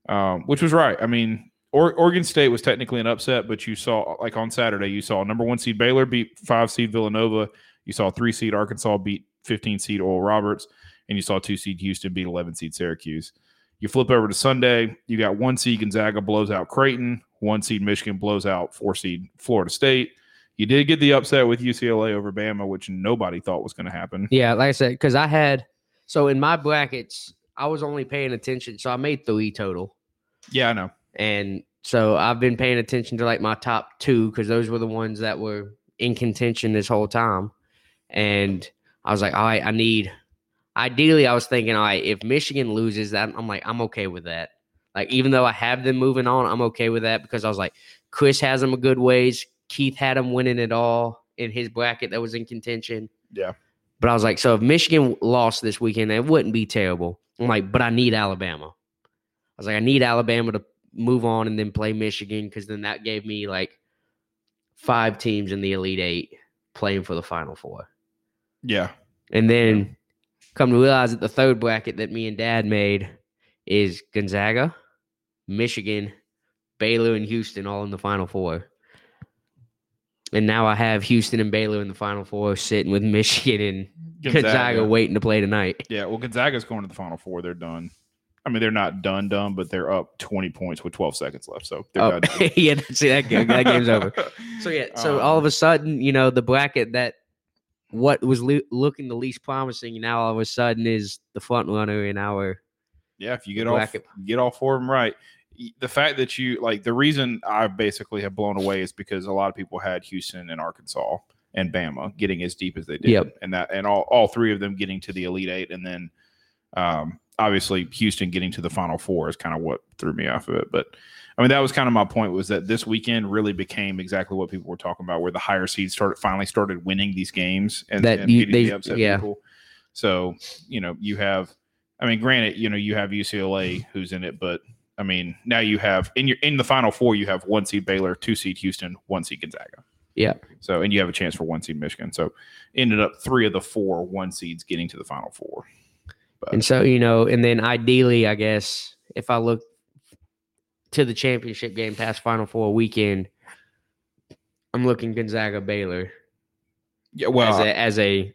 um, which was right. I mean, or- Oregon State was technically an upset, but you saw like on Saturday, you saw number one seed Baylor beat five seed Villanova. You saw three seed Arkansas beat 15 seed Oral Roberts, and you saw two seed Houston beat 11 seed Syracuse. You flip over to Sunday, you got one seed Gonzaga blows out Creighton, one seed Michigan blows out four seed Florida State. You did get the upset with UCLA over Bama, which nobody thought was going to happen.
Yeah, like I said, because I had so in my brackets, I was only paying attention. So I made three total,
Yeah, I know.
and so I've been paying attention to like my top two because those were the ones that were in contention this whole time. And I was like, all right, I need. Ideally, I was thinking, all right, if Michigan loses, that I'm like, I'm okay with that. Like, even though I have them moving on, I'm okay with that because I was like, Chris has them a good ways. Keith had them winning it all in his bracket that was in contention.
Yeah.
But I was like, so if Michigan lost this weekend, it wouldn't be terrible. I'm like, but I need Alabama. I was like, I need Alabama to move on and then play Michigan because then that gave me like five teams in the Elite Eight playing for the Final Four.
Yeah.
And then come to realize that the third bracket that me and dad made is Gonzaga, Michigan, Baylor, and Houston all in the Final Four. And now I have Houston and Baylor in the Final Four sitting with Michigan and Gonzaga waiting to play tonight.
Yeah, well, Gonzaga's going to the Final Four. They're done. I mean, they're not done, done, but they're up 20 points with 12 seconds left. So they're
Oh,
done.
yeah, see that, game, that game's over. So yeah,
Um,
so all of a sudden, you know, the bracket that what was lo- looking the least promising now all of a sudden is the front runner in our
yeah, if you get off,
Black-
get all four of them right. Y- The fact that you like the reason I basically have blown away is because a lot of people had Houston and Arkansas and Bama getting as deep as they did,
Yep.
and that and all all three of them getting to the Elite Eight, and then um, obviously Houston getting to the Final Four is kind of what threw me off of it. But I mean, that was kind of my point was that this weekend really became exactly what people were talking about, where the higher seeds started finally started winning these games and,
That
and
you-
getting the
they-
upset
yeah.
people. So you know, you have, I mean, granted, you know, you have UCLA who's in it, but I mean, now you have in your in the Final Four, you have one seed Baylor, two seed Houston, one seed Gonzaga.
Yeah.
So and you have a chance for one seed Michigan. So ended up three of the four one seeds getting to the Final Four.
And so, you know, and then ideally, I guess, if I look to the championship game past Final Four weekend, I'm looking Gonzaga Baylor
Yeah. Well,
as a, as a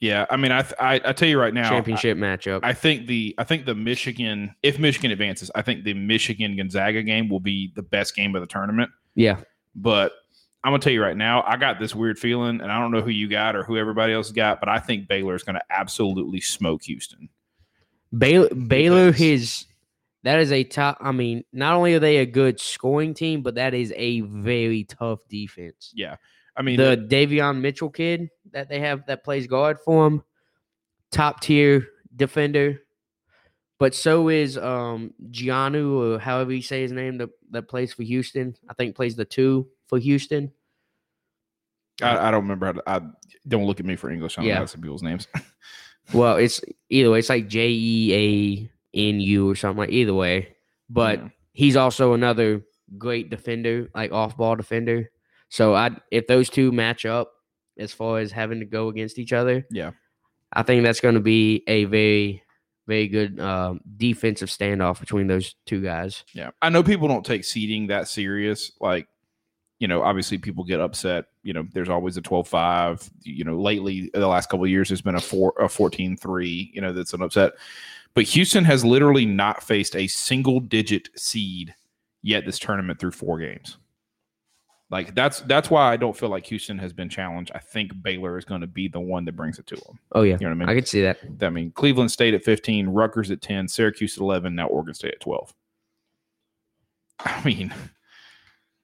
yeah. I mean, I th- I, I tell you right now, I-
championship matchup.
I think the I think the Michigan if Michigan advances, I think the Michigan Gonzaga game will be the best game of the tournament.
yeah.
But I'm gonna tell you right now, I got this weird feeling, and I don't know who you got or who everybody else got, but I think Baylor is gonna absolutely smoke Houston.
Baylor, Baylor
Because-
is that is a top. I mean, not only are they a good scoring team, but that is a very tough defense.
Yeah, I mean,
the Davion Mitchell kid that they have that plays guard for him, top tier defender. But so is um Giannu or however you say his name that, that plays for Houston. I think plays the two for Houston.
I, I don't remember. How to, I don't look at me for English. I don't
Yeah.
know how to say people's names.
Well, it's either way, it's like J E A N U or something like either way. But
Yeah.
he's also another great defender, like off ball defender. So I if those two match up as far as having to go against each other,
Yeah.
I think that's going to be a very very good um, defensive standoff between those two guys.
Yeah. I know people don't take seeding that serious. Like, you know, obviously people get upset. You know, there's always a 12 5. You know, lately, uh, the last couple of years, there's been a, four, a 14 3. You know, that's an upset. But Houston has literally not faced a single digit seed yet this tournament through four games. Like that's that's why I don't feel like Houston has been challenged. I think Baylor is going to be the one that brings it to them.
Oh yeah.
You know what I mean?
I could see that.
I mean, Cleveland State at 15, Rutgers at 10, Syracuse at 11, now Oregon State at 12. I mean,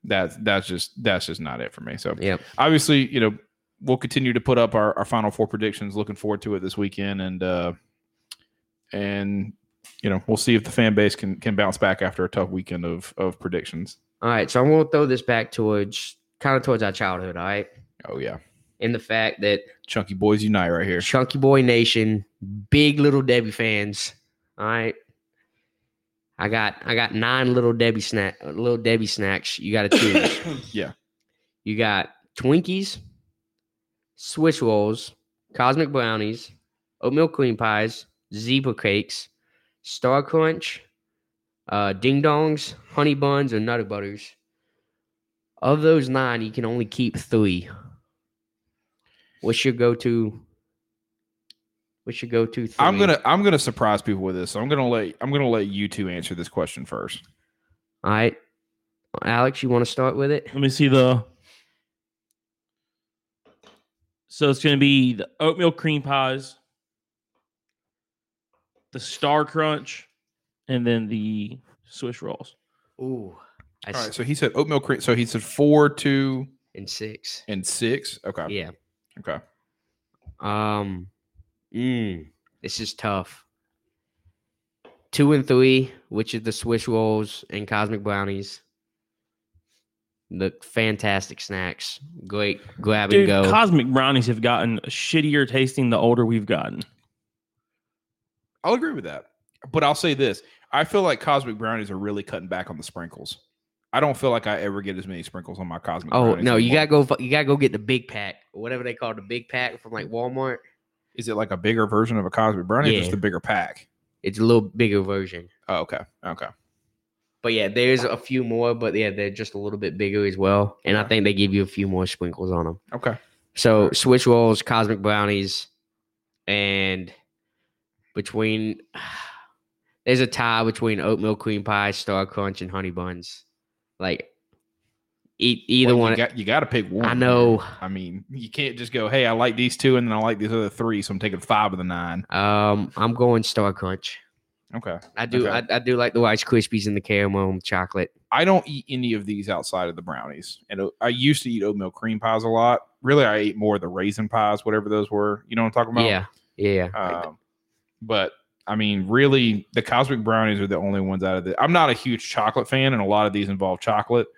that's that's just that's just not it for me. So
Yeah.
obviously, you know, we'll continue to put up our, our final four predictions. Looking forward to it this weekend, and uh, and you know, we'll see if the fan base can can bounce back after a tough weekend of of predictions.
All right. So I'm going to throw this back towards kind of towards our childhood. All right.
Oh yeah,
In the fact that
chunky boys unite right here.
Chunky Boy Nation, big Little Debbie fans. All right. I got I got nine little Debbie snack little Debbie snacks. You got to choose.
Yeah.
You got Twinkies, Swiss rolls, cosmic brownies, oatmeal cream pies, zebra cakes, star crunch, uh, ding dongs, honey buns, or nutter butters. Of those nine, you can only keep three. What's your go-to? What's your go-to? Three?
I'm gonna I'm gonna surprise people with this. So I'm gonna let I'm gonna let you two answer this question first.
All right, Alex, you want to start with it?
Let me see the. So it's going to be the oatmeal cream pies, the star crunch, and then the Swiss rolls.
Ooh, I
All
s-
right. So he said oatmeal cream. So he said four, two,
and six.
and six. Okay.
Yeah.
Okay.
Um, mm, this is tough. Two and three, which is the Swiss rolls and cosmic brownies. The fantastic snacks, great grab
Dude,
and go.
cosmic brownies have gotten shittier tasting the older we've gotten.
I'll agree with that. But I'll say this: I feel like cosmic brownies are really cutting back on the sprinkles. I don't feel like I ever get as many sprinkles on my cosmic.
oh
Brownies
no, you
anymore.
gotta go. fu- You gotta go get the big pack, whatever they call the big pack from like Walmart.
Is it like a bigger version of a cosmic brownie, or
Yeah.
just a bigger pack?
It's a little bigger version.
Oh, okay. Okay.
But yeah, there's a few more, but yeah, they're just a little bit bigger as well. And I
Okay.
think they give you a few more sprinkles on them.
Okay.
So switch rolls, cosmic brownies, and between there's a tie between oatmeal cream pie, star crunch, and honey buns. Like eat either
Well,
one.
You got, you got to pick one.
I know.
I mean, you can't just go, "Hey, I like these two, and then I like these other three, so I'm taking five of the nine.
Um, I'm going star crunch.
Okay.
I do.
Okay.
I, I do like the Rice Krispies and the caramel and chocolate.
I don't eat any of these outside of the brownies. And o- I used to eat oatmeal cream pies a lot. Really, I ate more of the raisin pies, whatever those were. You know what I'm talking about?
yeah, yeah.
Um, but I mean, really, the cosmic brownies are the only ones out of the. I'm not a huge chocolate fan, and a lot of these involve chocolate.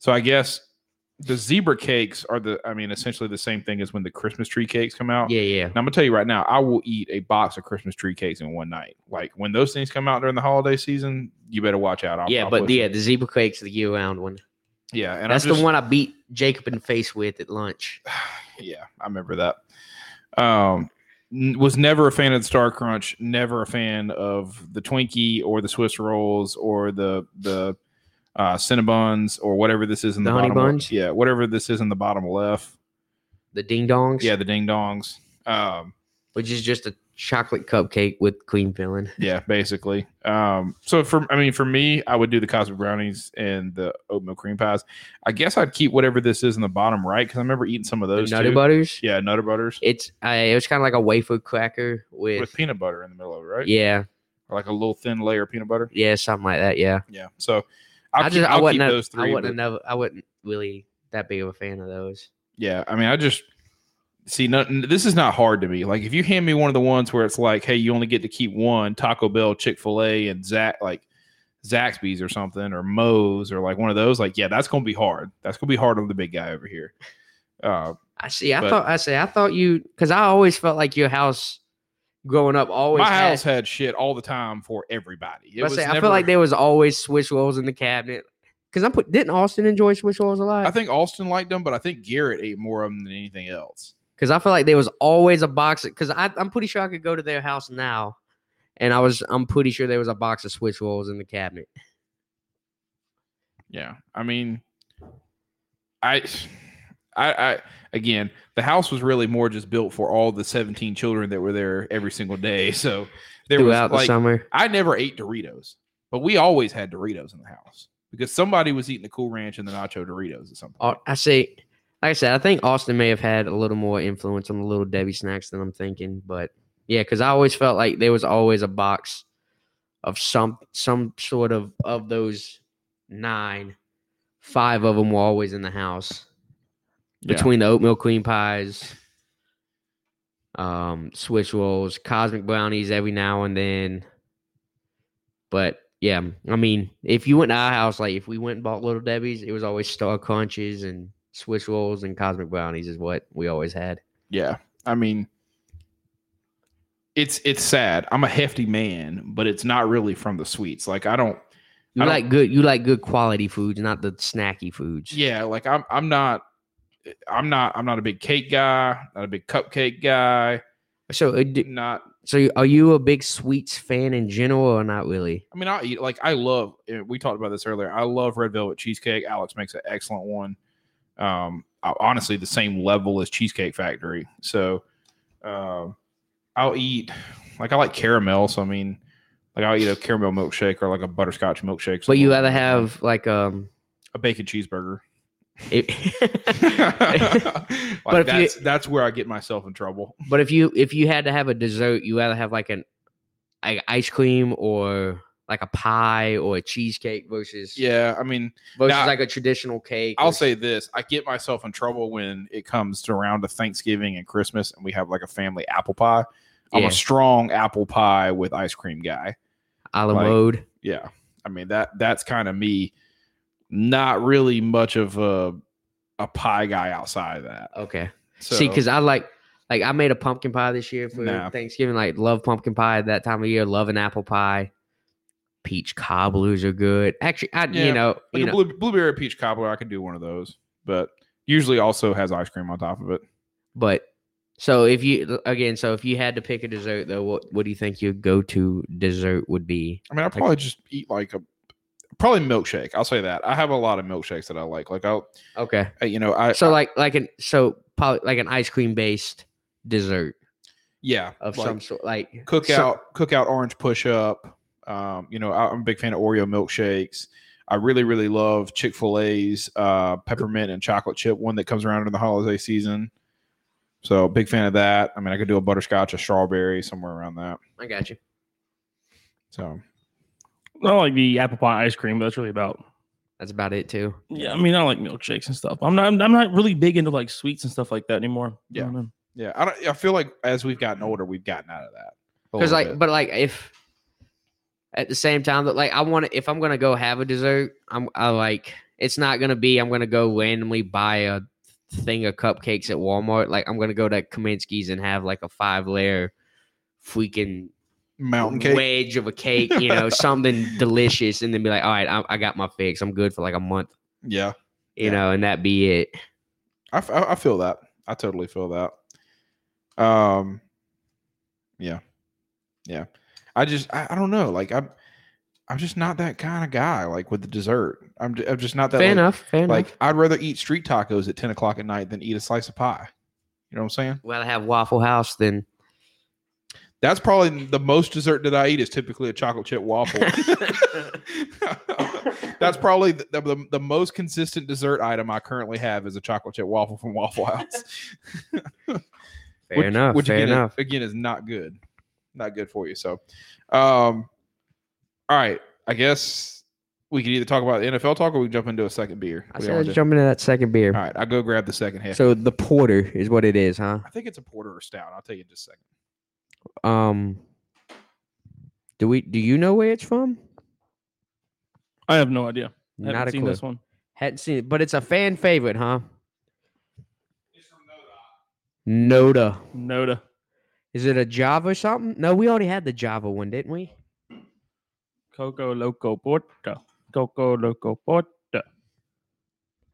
So I guess the zebra cakes are the. I mean, essentially the same thing as when the Christmas tree cakes come out.
yeah, yeah.
And I'm gonna tell you right now, I will eat a box of Christmas tree cakes in one night. Like when those things come out during the holiday season, you better watch out. I'll-
yeah,
I'll
but
push it.
yeah, the zebra cakes, the year-round one.
yeah, and I'm
That's
just-
the one I beat Jacob in the face with at lunch.
yeah, I remember that. Um, n- was never a fan of the Star Crunch. Never a fan of the Twinkie or the Swiss rolls or the the uh, Cinnabons or whatever this is in the,
The honey
bottom. le-
buns?
Yeah, whatever this is in the bottom left.
The ding dongs.
Yeah, the ding dongs. Um,
which is just a chocolate cupcake with cream filling.
yeah, basically. Um, so for I mean, for me, I would do the cosmic brownies and the oatmeal cream pies. I guess I'd keep whatever this is in the bottom right because I remember eating some of
The
those.
Nutter
too.
butters.
Yeah, nutter butters
It's uh, it was kind of like a wafer cracker with,
with peanut butter in the middle of it, right?
yeah,
Or like a little thin layer of peanut butter.
yeah, something like that. Yeah,
Yeah. So
i
I'll
just
keep,
I
I'll
wasn't
keep
a-
those
I
three.
wasn't
but-
another, I wasn't really that big of a fan of those.
yeah. I mean, I just see. No, n- this is not hard to me. Like, if you hand me one of the ones where it's like, hey, you only get to keep one Taco Bell, Chick Fil A, and Zach, like Zaxby's or something, or Moe's, or like one of those, like, yeah, that's gonna be hard. That's gonna be hard on the big guy over here. Uh,
I see. I
But-
thought I say I thought you because I always felt like your house growing up always
my
had.
house had shit all the time for everybody. It
I,
was
say, I
never-
feel like there was always Swiss rolls in the cabinet. Cause I put didn't Austin enjoy Swiss rolls a lot?
I think Austin liked them, but I think Garrett ate more of them than anything else.
Cause I feel like there was always a box. Cause I, I'm pretty sure I could go to their house now, and I was I'm pretty sure there was a box of Swiss rolls in the cabinet.
Yeah. I mean, I, I, I, again, the house was really more just built for all the 17 children that were there every single day. So there was
throughout the
like,
summer.
I never ate Doritos, but we always had Doritos in the house because somebody was eating the Cool Ranch and the Nacho Doritos at some point.
Au- I say, like I said, I think Austin may have had a little more influence on the little Debbie snacks than I'm thinking, but yeah, because I always felt like there was always a box of some some sort of of those nine, five of them were always in the house
Yeah.
between the oatmeal cream pies, um, Swiss rolls, cosmic brownies every now and then. But yeah, I mean, if you went to our house, like if we went and bought Little Debbie's, it was always Star Crunches and Swiss rolls and cosmic brownies is what we always had.
Yeah. I mean, it's it's sad. I'm a hefty man, but it's not really from the sweets. Like I don't
You
I don't-
like good. You like good quality foods, not the snacky foods.
yeah, like I'm I'm not eh, I'm not I'm not a big cake guy, not a big cupcake guy,
So, uh, d-
not
so you- are you a big sweets fan in general, or not really?
I mean, I eat like I love. eh, We talked about this earlier. I love red velvet cheesecake. Alex makes an excellent one. Um, I- honestly, the same level as Cheesecake Factory. So, um, I'll eat like I like caramel. So I mean, like I'll eat a caramel milkshake or like a butterscotch milkshake.
But you
something
rather
like that.
have like um.
a bacon cheeseburger.
It,
like
if you-
that's that's where I get myself in trouble.
but if you if you had to have a dessert, you rather have like an like ice cream or like a pie or a cheesecake versus
Yeah, I mean,
versus
Now-
like a traditional cake. or
I'll
s-
say this: I get myself in trouble when it comes to around to Thanksgiving and Christmas, and we have like a family apple pie. I'm
Yeah.
a strong apple pie with ice cream guy.
a la
like-
mode.
Yeah, I mean that that's kind of me. Not really much of a a pie guy outside of that.
Okay.
So,
See, because I like like I made a pumpkin pie this year for
Nah.
Thanksgiving. Like love pumpkin pie at that time of year. Love an apple pie. Peach cobblers are good. Actually, I
Yeah,
you know
like
you
a
know
blue, blueberry peach cobbler, I could do one of those, but usually also has ice cream on top of it.
but so if you again so if you had to pick a dessert though, what what do you think your go to dessert would be?
I mean, I probably just eat like a probably milkshake. I'll say that. I have a lot of milkshakes that I like. Like I'll,
Okay,
I- you know, I
so like like an so probably like an ice cream based dessert
yeah
of
like,
some sort like
cookout
so-
cookout orange push up. Um, you know, I- I'm a big fan of Oreo milkshakes. I really really love Chick Fil A's uh, peppermint and chocolate chip one that comes around in the holiday season. So big fan of that. I mean, I could do a butterscotch, a strawberry, somewhere around that.
I got you.
So
I like the apple pie ice cream, but that's really about.
That's about it too.
Yeah, I mean, I like milkshakes and stuff. I'm not. I'm, I'm not really big into like sweets and stuff like that anymore. I
Yeah.
don't know.
yeah, I don't. I feel like as we've gotten older, we've gotten out of that. a
Because
little
like,
bit.
but like, if at the same time that like I want to, if I'm gonna go have a dessert, I'm I like it's not gonna be I'm gonna go randomly buy a thing of cupcakes at Walmart. Like I'm gonna go to Kaminsky's and have like a five layer freaking
mountain cake.
wedge of a cake, you know, something delicious, and then be like, all right, I, I got my fix. I'm good for like a month,
Yeah,
you
Yeah.
know, and that be it.
I, f- I- I feel that. I totally feel that. Um, yeah, yeah. I just I, I don't know. Like I'm I'm just not that kind of guy. Like with the dessert, I'm j- I'm just not that.
fair
like,
enough. Fair
Like
enough.
I'd rather eat street tacos at ten o'clock at night than eat a slice of pie. You know what I'm saying?
Rather have Waffle House than
That's probably the most dessert that I eat is typically a chocolate chip waffle. That's probably the, the, the most consistent dessert item I currently have is a chocolate chip waffle from Waffle House.
fair
which-
enough.
which
fair
again, is-
enough.
again is not good, not good for you. So, um, all right, I guess we could either talk about the NFL talk or we can jump into a second beer.
I
What do
said
y'all wanna
let's
do?
jump into that second beer.
All right, I'll go grab the second half.
So the porter is what it is, huh?
I think it's a porter or stout. I'll tell you in just a second.
Um Do we do you know where it's from?
I have no idea. I haven't
Not a
seen
clue.
this one.
Hadn't seen it, but it's a fan favorite, huh? Noda.
Noda.
Is it a Java or something? No, we already had the Java one, didn't we?
Coco Loco Porta. Coco Loco Porta.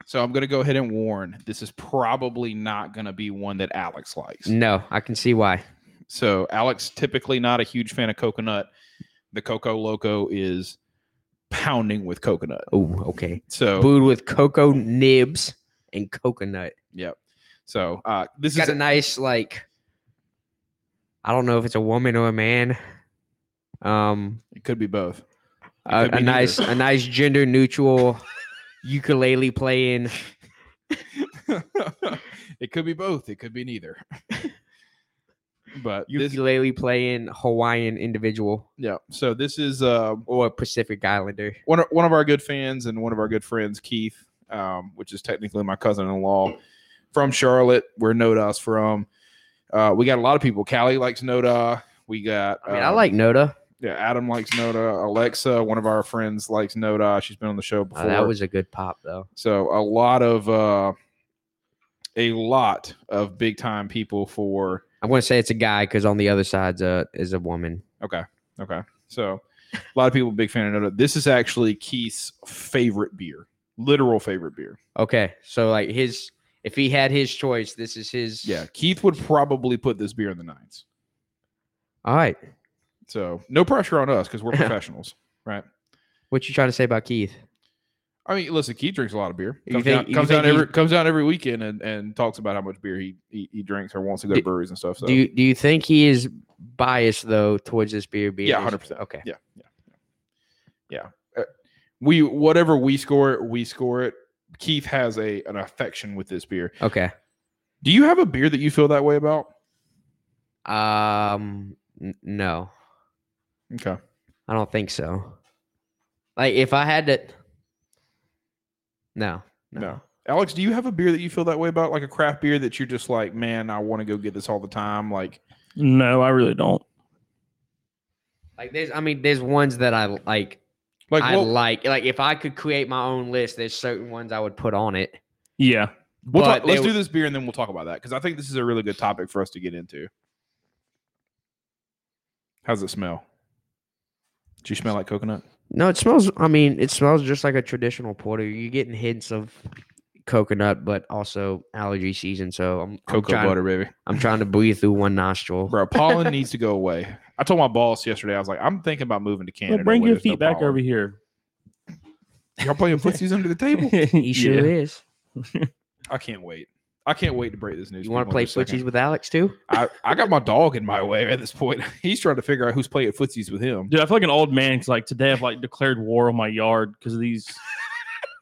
So I'm gonna go ahead and warn. This is probably not gonna be one that Alex likes.
No, I can see why.
So Alex typically not a huge fan of coconut. The Coco Loco is pounding with coconut.
Oh, okay.
So
Booed with cocoa nibs and coconut.
Yep. So uh, this
It's got
is
a nice like I don't know if it's a woman or a man. Um
it could be both. It
a,
could be
Uh, a
neither.
nice a nice gender neutral ukulele playing
it could be both. It could be neither. but this,
ukulele playing Hawaiian individual
yeah. So this is uh,
or Pacific Islander.
one of, one of our good fans and one of our good friends, Keith, um, which is technically my cousin-in-law from Charlotte, where Noda's from. Uh, we got a lot of people. Callie likes Noda. We got.
I mean, I
um,
like Noda.
Yeah, Adam likes Noda. Alexa, one of our friends, likes Noda. She's been on the show before.
Oh, that was a good pop though.
So a lot of uh, a lot of big time people for
I'm going to say it's a guy because on the other side's a is a woman.
Okay. Okay. So a lot of people big fan of Notre. This is actually Keith's favorite beer. Literal favorite beer.
Okay, so like his if he had his choice, this is his.
Yeah. Keith would probably put this beer in the nines.
All right,
So no pressure on us because we're professionals, right?
what you trying to say about Keith?
I mean, listen, Keith drinks a lot of beer.
You
Comes
think-
out,
you
comes
think
out every
he-
comes out every weekend and, and talks about how much beer he, he, he drinks or wants to go to
Do-
breweries and stuff. So
Do you do you think he is biased though towards this beer being?
Yeah,
his-
100%.
Okay,
Yeah, yeah, yeah. yeah. Uh, we whatever we score it, we score it. Keith has a an affection with this beer.
okay.
Do you have a beer that you feel that way about?
Um, n- no,
Okay,
I don't think so. Like if I had to, no,
no. Alex, do you have a beer that you feel that way about, like a craft beer that you're just like, man, I want to go get this all the time? Like,
No, I really don't.
Like there's, I mean, there's ones that I like.
like
I
what,
like, like if I could create my own list, there's certain ones I would put on it.
Yeah.
we'll
but
talk, let's
they-
do this beer and then we'll talk about that because I think this is a really good topic for us to get into. How's it smell? Do you smell like coconut?
No, it smells. I mean, it smells just like a traditional porter. You're getting hints of coconut, but also allergy season. So I'm I'm
Cocoa
trying,
butter, baby.
I'm trying to breathe through one nostril.
Bro, pollen needs to go away. I told my boss yesterday, I was like, I'm thinking about moving to Canada.
Well, bring
where
your
there's no
feet back
pollen."
over here.
Y'all playing pussies under the table?
He sure
Yeah.
is.
I can't wait. I can't wait to break this news.
You want to
people
play
in just a second.
footsies with Alex too?
I, I got my dog in my way at this point. He's trying to figure out who's playing footsies with him.
Dude, I feel like an old man. Cause like today, I've like declared war on my yard because of these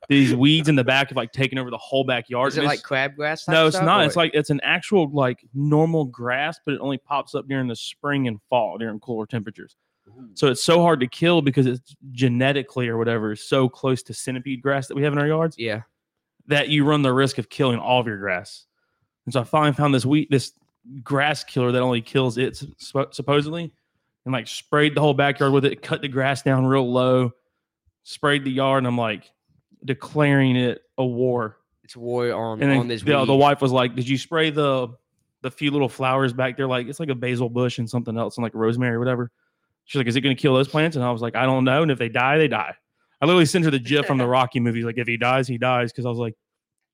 these weeds in the back have like taken over the whole backyard.
Is it
And
like
it's-
crabgrass? type
no, it's
stuff,
not.
or-
It's like it's an actual like normal grass, but it only pops up during the spring and fall during cooler temperatures. So it's so hard to kill because it's genetically or whatever is so close to centipede grass that we have in our yards
yeah.
that you run the risk of killing all of your grass. And so I finally found this wheat, this grass killer that only kills it sup- supposedly, and like sprayed the whole backyard with it, cut the grass down real low, sprayed the yard, and I'm like declaring it a war.
It's war on
And
on
then
this.
the, the
weed.
wife was like, "Did you spray the the few little flowers back there? Like it's like a basil bush and something else, and like rosemary or whatever." She's like, "Is it going to kill those plants?" And I was like, "I don't know. And if they die, they die." I literally sent her the gif from the Rocky movies. Like if he dies, he dies. Because I was like,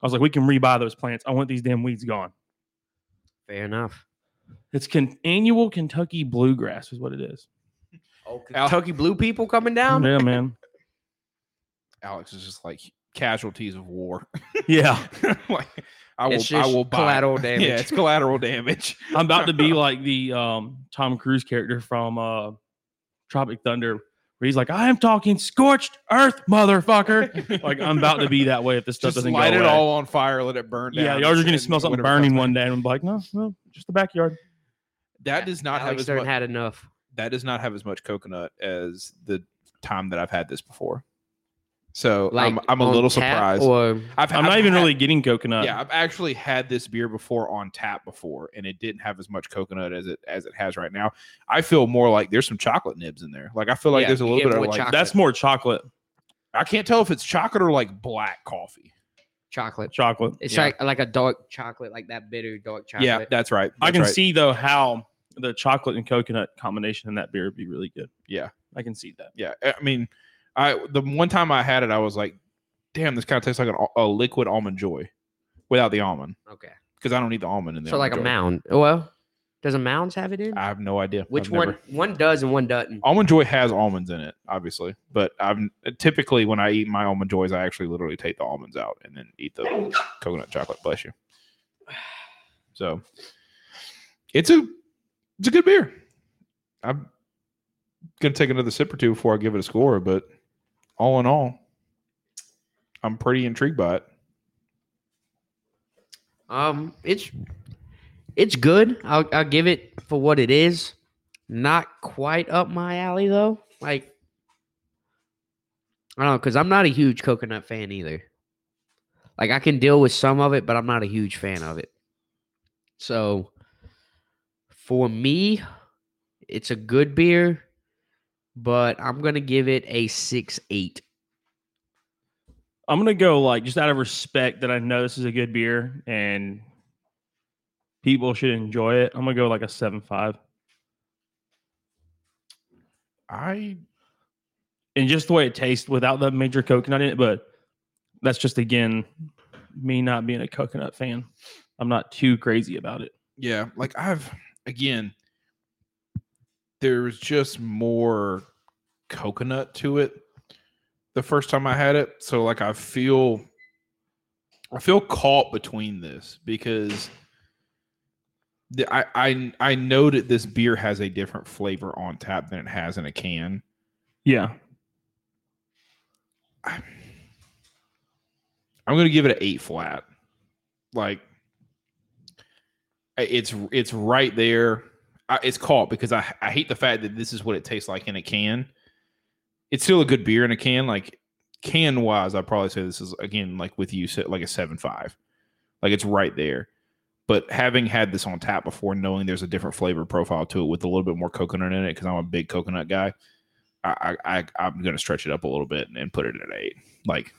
I was like, we can rebuy those plants. I want these damn weeds gone.
Fair enough.
It's con- annual Kentucky bluegrass is what it is.
Oh,
Al-
Kentucky blue people coming down.
Mm,
yeah, man.
Alex is just like casualties of war.
Yeah,
like, I will,
It's
I
just
will buy. it.
collateral damage.
Yeah, it's collateral damage.
I'm about to be like the um, Tom Cruise character from uh, Tropic Thunder, where he's like, "I am talking scorched earth, motherfucker." Like I'm about to be that way if this stuff
Just
doesn't
light
go
it
away.
all on fire, let it burn down.
yeah, y'all are gonna
and
smell something
whatever
burning
comes
one
out.
day and be like, no, no, just the backyard.
That does not
Alex
have
Stern
as much,
had enough.
that does not have as much coconut as the time that I've had this before. So
Like
I'm, I'm a
on
little
tap
surprised.
Or
I've,
I'm
I've
not even
had-
really getting
Um,
coconut.
Yeah, I've actually had this beer before on tap before, and it didn't have as much coconut as it as it has right now. I feel more like there's some chocolate nibs in there. Like I feel like
Yeah,
there's a
you
little
get
bit of
more
like
chocolate.
that's more chocolate.
I can't tell if it's chocolate or like black coffee.
chocolate.
Chocolate.
It's
Yeah.
like like a dark chocolate, like that bitter dark chocolate.
Yeah, that's right.
I
that's
can
right.
see though how the chocolate and coconut combination in that beer would be really good.
Yeah.
I can see that.
Yeah, eh, I I mean, I the one time I had it, I was like, "Damn, this kind of tastes like an, al- a liquid almond joy, without the almond,
Okay.
because I don't need the almond in there."
So like a mound. Well, does a mounds have it in?
I have no idea.
Which
I've
one?
never-
One does and one doesn't.
almond joy has almonds in it, obviously, but I've typically when I eat my almond joys, I actually literally take the almonds out and then eat the coconut chocolate. Bless you. So it's a it's a good beer. I'm gonna take another sip or two before I give it a score, but all in all, I'm pretty intrigued by it.
Um, it's it's good. I'll I'll give it for what it is. Not quite up my alley though. Like I don't know, because I'm not a huge coconut fan either. Like I can deal with some of it, but I'm not a huge fan of it. So for me, it's a good beer, but I'm gonna give it a six eight.
I'm gonna go like just out of respect that I know this is a good beer and People should enjoy it. I'm gonna go like a seven five.
I
and just the way it tastes without the major coconut in it. But that's just again me not being a coconut fan. I'm not too crazy about it.
yeah, like I've again, there's just more coconut to it the first time I had it. So like I feel I feel caught between this because the, I, I I know that this beer has a different flavor on tap than it has in a can.
Yeah,
I- I'm gonna give it an eight flat. Like I- it's it's right there. I, it's caught because I I hate the fact that this is what it tastes like in a can. It's still a good beer in a can. Like can wise, I'd probably say this is again like with you said like a seven five. Like it's right there. But having had this on tap before, knowing there's a different flavor profile to it with a little bit more coconut in it, because I'm a big coconut guy, I, I, I I'm gonna stretch it up a little bit and, and put it at eight. Like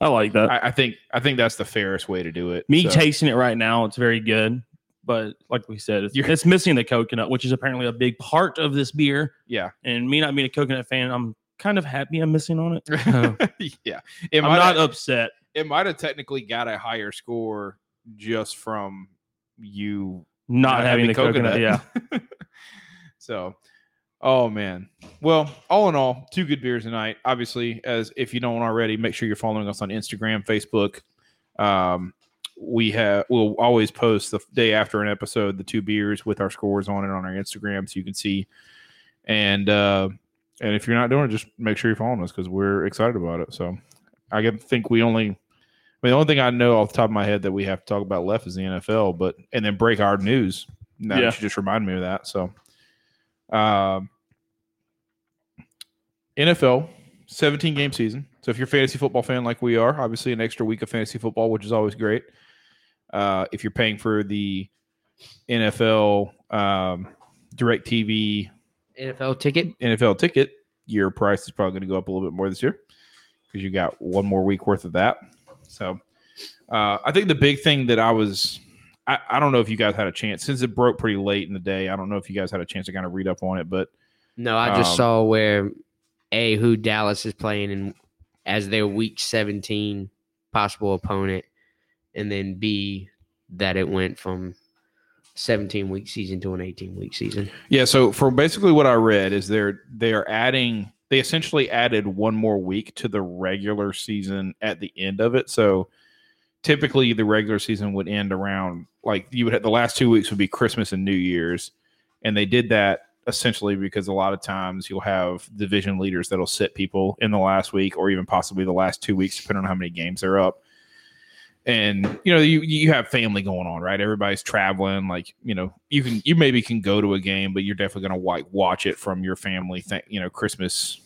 I like that.
I, I think I think that's the fairest way to do it.
me
So,
tasting it right now, it's very good. But like we said, it's,
You're-
it's missing the coconut, which is apparently a big part of this beer.
Yeah.
And me not being a coconut fan, I'm kind of happy I'm missing on it. I'm
yeah. It might
Oh.
not
not upset.
it might have technically got a higher score just from you
Not, having, the coconut. Yeah.
Yeah. so oh man. Well, all in all, two good beers tonight. Obviously, as if you don't already, make sure you're following us on Instagram, Facebook. Um we have we'll always post the day after an episode the two beers with our scores on it on our Instagram so you can see. And uh and if you're not doing it, just make sure you're following us because we're excited about it. So I can- think we only I mean, the only thing I know off the top of my head that we have to talk about left is the NFL, but and then break our news. Now
Yeah.
you should just remind me of that. So um NFL, 17 game season. So if you're a fantasy football fan like we are, obviously an extra week of fantasy football, which is always great. Uh, if you're paying for the NFL um, direct TV
NFL ticket.
NFL ticket, your price is probably going to go up a little bit more this year because you got one more week worth of that. So uh, I think the big thing that I was, I, I don't know if you guys had a chance since it broke pretty late in the day. I don't know if you guys had a chance to kind of read up on it, but
No, I just
Um,
saw where a who Dallas is playing in as their week seventeen possible opponent, and then B that it went from seventeen week season to an eighteen week season.
Yeah, so for basically what I read is they're they are adding they essentially added one more week to the regular season at the end of it. So typically the regular season would end around like you would have the last two weeks would be Christmas and New Year's. And they did that essentially because a lot of times you'll have division leaders that'll sit people in the last week or even possibly the last two weeks, depending on how many games they're up and you know you you have family going on right everybody's traveling like you know you can you maybe can go to a game but you're definitely going to like watch it from your family thing you know christmas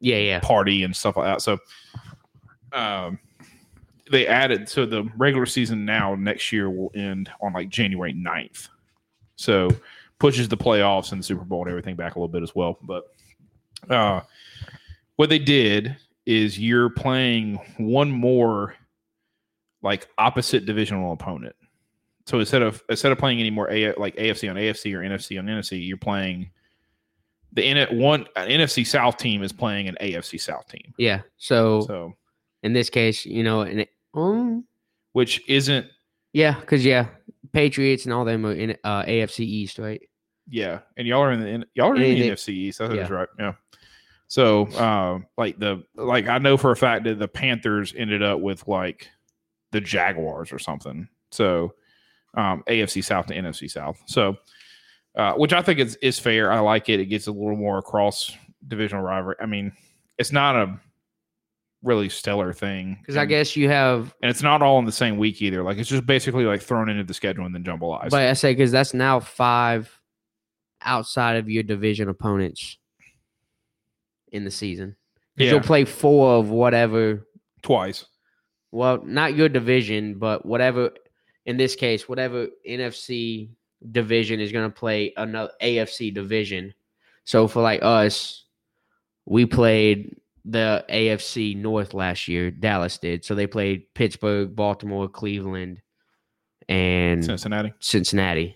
Yeah, yeah.
party and stuff like that so um they added so the regular season now next year will end on like january 9th so pushes the playoffs and the super bowl and everything back a little bit as well but uh what they did is you're playing one more like opposite divisional opponent. So instead of instead of playing any more A, like AFC on AFC or NFC on NFC, you're playing the N, one an NFC South team is playing an AFC South team.
Yeah. So,
So
in this case, you know, and it, um,
which isn't
yeah, because yeah, Patriots and all them are in uh, AFC East, right?
Yeah, and y'all are in the N- y'all are in
Anything-
the NFC East. I think that's
yeah.
right. Yeah. So, um, like the like I know for a fact that the Panthers ended up with like the Jaguars or something. So, um, AFC South to NFC South. So, uh, which I think is is fair. I like it. It gets a little more across divisional rivalry. I mean, it's not a really stellar thing
Because I
And-
guess you have,
and it's not all in the same week either. Like it's just basically like thrown into the schedule and then jumbled.
but I say because that's now five outside of your division opponents in the season. 'Cause
yeah,
You'll play four of whatever.
twice.
Well, not your division, but whatever. In this case, whatever NFC division is going to play another AFC division. So for like us, we played the AFC North last year. Dallas did. So they played Pittsburgh, Baltimore, Cleveland,
Hmm.
and
Cincinnati.
Cincinnati.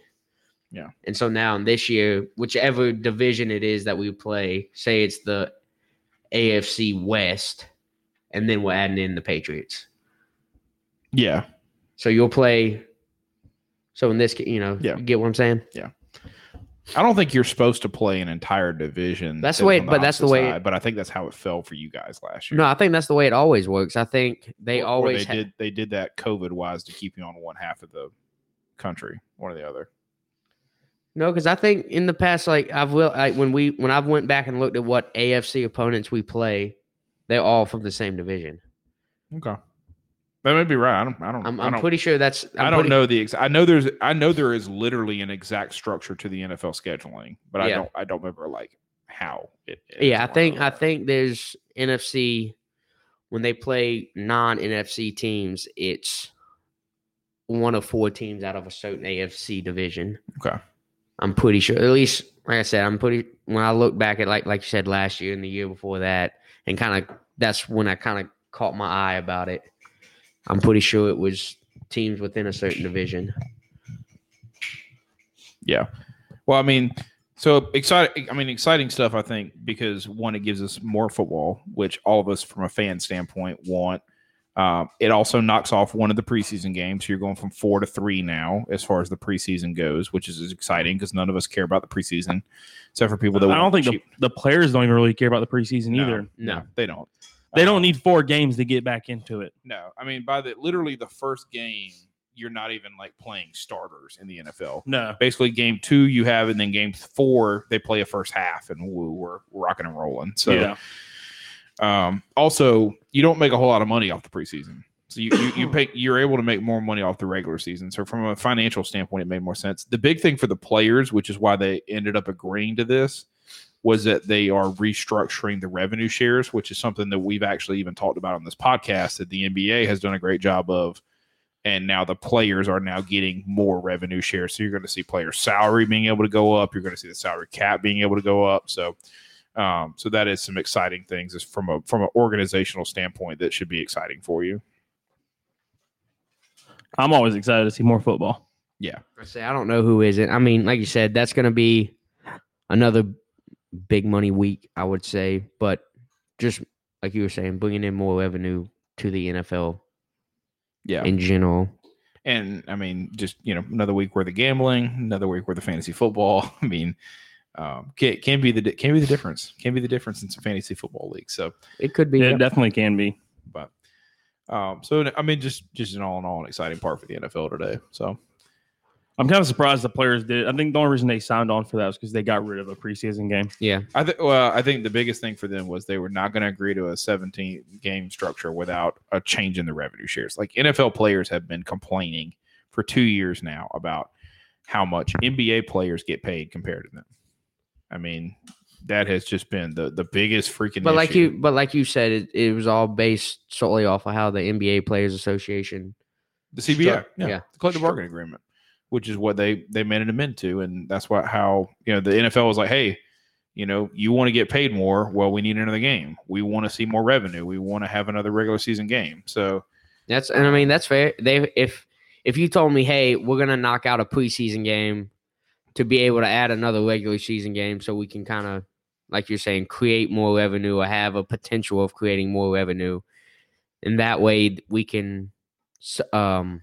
Yeah.
And so now and this year, whichever division it is that we play, say it's the AFC West, and then we're adding in the Patriots.
Yeah.
So you'll play. So in this, ca- you know,
Yeah.
you get what I'm saying.
I don't think you're supposed to play an entire division.
That's
that
the way-
was on
but that's the
opposite
way-
but I think that's how it fell for you guys last year.
No, I think that's the way it always works. I think they
Or- or
always
they
ha-
did they did that COVID wise to keep you on one half of the country, one or the other.
No, because I think in the past, like I've will like when we when I've went back and looked at what AFC opponents we play, they're all from the same division.
Okay, that may be right. I don't. I don't.
I'm,
I
I'm
don't,
pretty sure that's. I'm
I don't
pretty-
know the exact. I know there's. I know there is literally an exact structure to the NFL scheduling, but I
Yeah.
don't. I don't remember like how it. is
Yeah, I
or
think I
not.
think there's NFC when they play non NFC teams, it's one of four teams out of a certain AFC division.
Okay.
I'm pretty sure. At least, like I said, I'm pretty. When I look back at like like you said last year and the year before that, and kind of that's when I kind of caught my eye about it. I'm pretty sure it was teams within a certain division.
Yeah. Well, I mean, so exciting. I mean, exciting stuff. I think because one, it gives us more football, which all of us from a fan standpoint want. Um, it also knocks off one of the preseason games. So you're going from four to three now, as far as the preseason goes, which is exciting because none of us care about the preseason, except for people that
I don't
want
think
cheap-
the, the players don't even really care about the preseason
No.
either.
No,
they don't.
They
Um,
don't need four games to get back into it.
No, I mean by the literally the first game, you're not even like playing starters in the NFL.
No.
Basically, game two you have, and then game four they play a first half, and woo, we're rocking and rolling. So,
yeah.
um, also you don't make a whole lot of money off the preseason, so you you, you pay you're able to make more money off the regular season. So from a financial standpoint, it made more sense. The big thing for the players, which is why they ended up agreeing to this. Was that they are restructuring the revenue shares, which is something that we've actually even talked about on this podcast that the NBA has done a great job of and now the players are now getting more revenue share. So you're going to see player salary being able to go up. You're going to see the salary cap being able to go up. So, um, so that is some exciting things is from a from an organizational standpoint that should be exciting for you.
I'm always excited to see more football.
I say I don't know who is it. I mean, like you said, that's going to be another big money week, I would say. But just like you were saying, bringing in more revenue to the NFL
Yeah,
in general.
and I mean, just you know, another week worth of gambling, another week worth of fantasy football. I mean, um, can can be the di- can be the difference. Can be the difference in some fantasy football leagues. So,
It could be.
It
uh,
definitely can be.
but um, so I mean, just just an all in all, an exciting part for the NFL today. So.
I'm kind of surprised the players did. it. I think the only reason they signed on for that was because they got rid of a preseason game.
yeah.
I think. Well, I think the biggest thing for them was they were not going to agree to a 17 game structure without a change in the revenue shares. Like NFL players have been complaining for two years now about how much NBA players get paid compared to them. I mean, that has just been the the biggest freaking.
But like
issue.
you, but like you said, it, it was all based solely off of how the NBA Players Association.
the CBA,
Struck-
yeah,
yeah.
the collective
Struck-
bargaining agreement, which is what they they made an amend to, and that's why how you know the NFL was like, hey, you know, you want to get paid more, well, we need another game, we want to see more revenue, we want to have another regular season game, so
That's and I mean that's fair. They if if you told me, hey, we're gonna knock out a preseason game to be able to add another regular season game, so we can kind of like you're saying, create more revenue or have a potential of creating more revenue, and that way we can, s- um,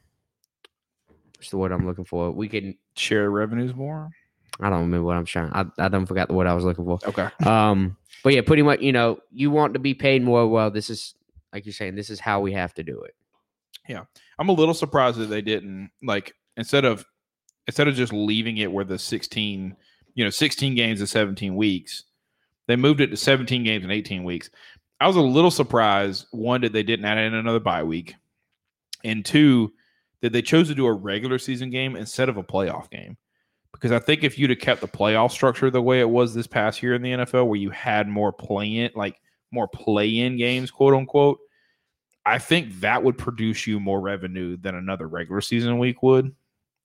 what's the word I'm looking for? We can.
share revenues more.
I don't remember what I'm trying. I I don't forgot the word I was looking for.
Okay,
Um, but yeah, pretty much, you know, you want to be paid more. Well, this is like you're saying, this is how we have to do it.
I'm a little surprised that they didn't like instead of instead of just leaving it where the 16, you know, 16 games and 17 weeks, they moved it to 17 games and 18 weeks. I was a little surprised one that they didn't add in another bye week, and two that they chose to do a regular season game instead of a playoff game. Because I think if you'd have kept the playoff structure the way it was this past year in the NFL, where you had more play in, like more play in games, quote unquote, I think that would produce you more revenue than another regular season week would.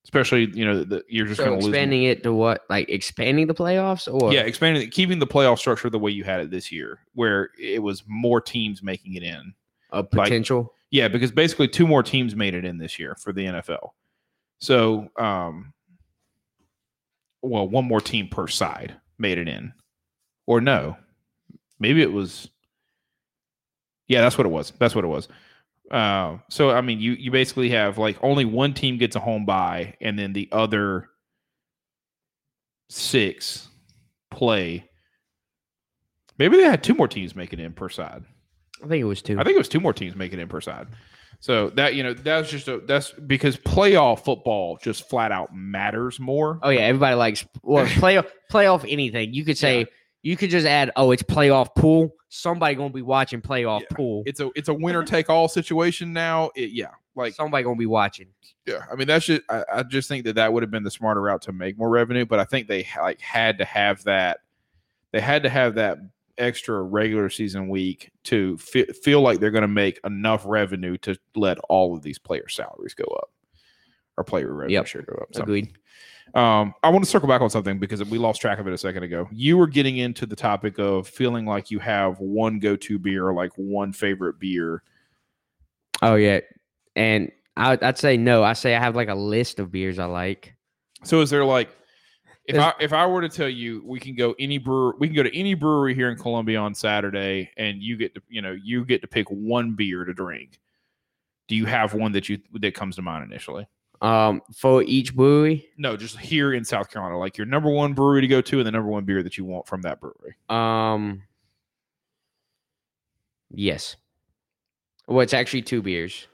Especially, you know, the, you're just
So
going to lose.
expanding it to what, like expanding the playoffs, or
Yeah, expanding, it- keeping the playoff structure the way you had it this year, where it was more teams making it in.
a potential.
Yeah, because basically two more teams made it in this year for the NFL. So, um, well, one more team per side made it in, or no? Maybe it was. Yeah, that's what it was. That's what it was. Uh, so I mean, you you basically have like only one team gets a home bye, and then the other six play. Maybe they had two more teams make it in per side.
I think it was two.
I think it was two more teams making it per side. So that you know that's just a that's because playoff football just flat out matters more.
oh yeah, everybody likes well playoff playoff anything. You could say you could just add oh it's playoff pool. Somebody gonna be watching playoff
Yeah.
pool.
It's a it's a winner take all situation now. It, yeah, like
Somebody gonna be watching.
yeah. I mean that's just I, I just think that that would have been the smarter route to make more revenue, but I think they ha- like had to have that they had to have that extra regular season week to fe- feel like they're going to make enough revenue to let all of these player salaries go up or player revenue
Yep.
share go up. So-
Agreed.
Um, I want to circle back on something because we lost track of it a second ago. You were getting into the topic of feeling like you have one go-to beer, like one favorite beer.
Oh yeah, and I, I'd say no. I say I have like a list of beers I like.
So is there like if I
There's-
if I were to tell you we can go any brewer we can go to any brewery here in Columbia on Saturday and you get to you know you get to pick one beer to drink. Do you have one that you that comes to mind initially?
Um, for each brewery,
No, just here in South Carolina, like your number one brewery to go to and the number one beer that you want from that brewery.
um, yes. Well, it's actually two beers.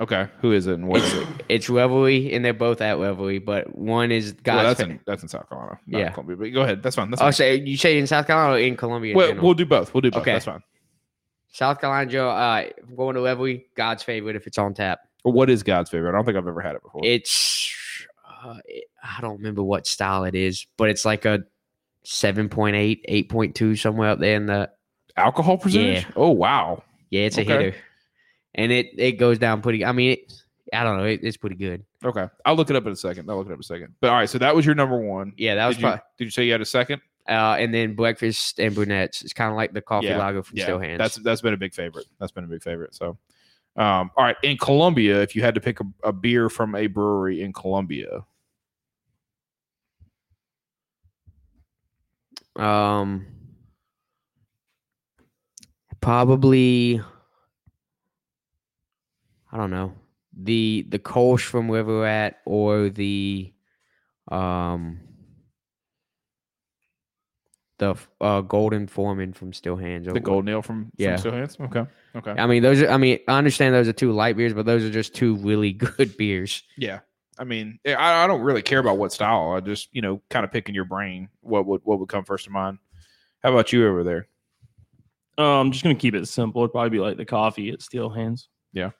Okay, who is it and what is it?
It's Revelry, and they're both at Revelry, but one is
Well,
God's.
that's
Fa-
in that's in South Carolina, not
Yeah.
Columbia. But go ahead, that's fine. That's
oh,
fine.
so you say in South Carolina or in Columbia? in
Well,
general?
we'll do both. We'll do both.
Okay.
That's fine.
South Carolina Joe. Uh, if I'm going to Revelry, God's favorite if it's on tap.
What is God's favorite? I don't think I've ever had it before.
It's uh, it, I don't remember what style it is, but it's like a 7.8, 8.2, somewhere up there in the
Alcohol percentage?
Yeah.
Oh wow.
Yeah, it's a
Okay.
hitter, and it it goes down pretty. I mean, it, I don't know, it, it's pretty good.
Okay, I'll look it up in a second. I'll look it up in a second. But all right, so that was your number one.
Yeah, that was
did, you,
probably.
did you say you had a second?
Uh, and then breakfast and brunettes. It's kind of like the coffee
Yeah,
lager from Still Hands.
that's that's been a big favorite. That's been a big favorite. So, um, all right, in Colombia, if you had to pick a, a beer from a brewery in Colombia,
um, probably. I don't know the the Kolsch from where we're at, or the, um, the uh, Golden Foreman from Still Hands.
the
over-
Gold Nail from,
Yeah.
from Still Hands. Okay, okay,
I mean, those. Are, I mean, I understand those are two light beers, but those are just two really good beers.
Yeah. I mean, eh, I, I don't really care about what style. I just, you know, kind of picking your brain what would what would come first to mind. How about you over there?
Uh, I'm just gonna keep it simple. It'd probably be like the coffee at Steel Hands.
Yeah.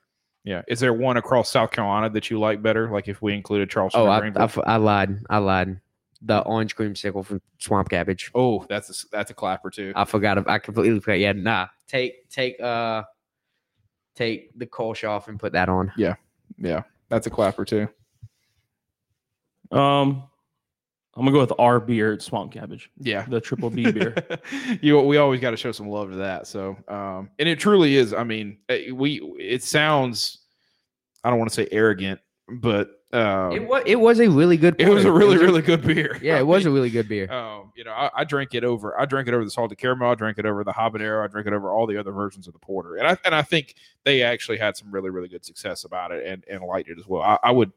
Is there one across South Carolina that you like better? Like if we included Charleston.
Oh,
and
I, I,
Greenville?
f- I lied. I lied. The orange creamsicle from Swamp Cabbage.
oh, that's a, s- that's a clapper too.
I forgot. ab- I completely forgot. Yeah, nah. Take take uh take the Kolsch off and put that on.
yeah, that's a clapper too.
Um, I'm gonna go with our beer at Swamp Cabbage,
Yeah.
the triple B beer.
you we always got to show some love to that. So, um, and it truly is. I mean, eh, we it sounds. I don't want to say arrogant, but um,
It was it was a really good.
it was a
porter.
really really good beer.
yeah.
I
It was
mean,
a really good beer.
Um, you know, I, I drink it over. I drink it over the salted caramel. I drink it over the habanero. I drink it over all the other versions of the porter. And I and I think they actually had some really really good success about it and and liked it as well. I, I would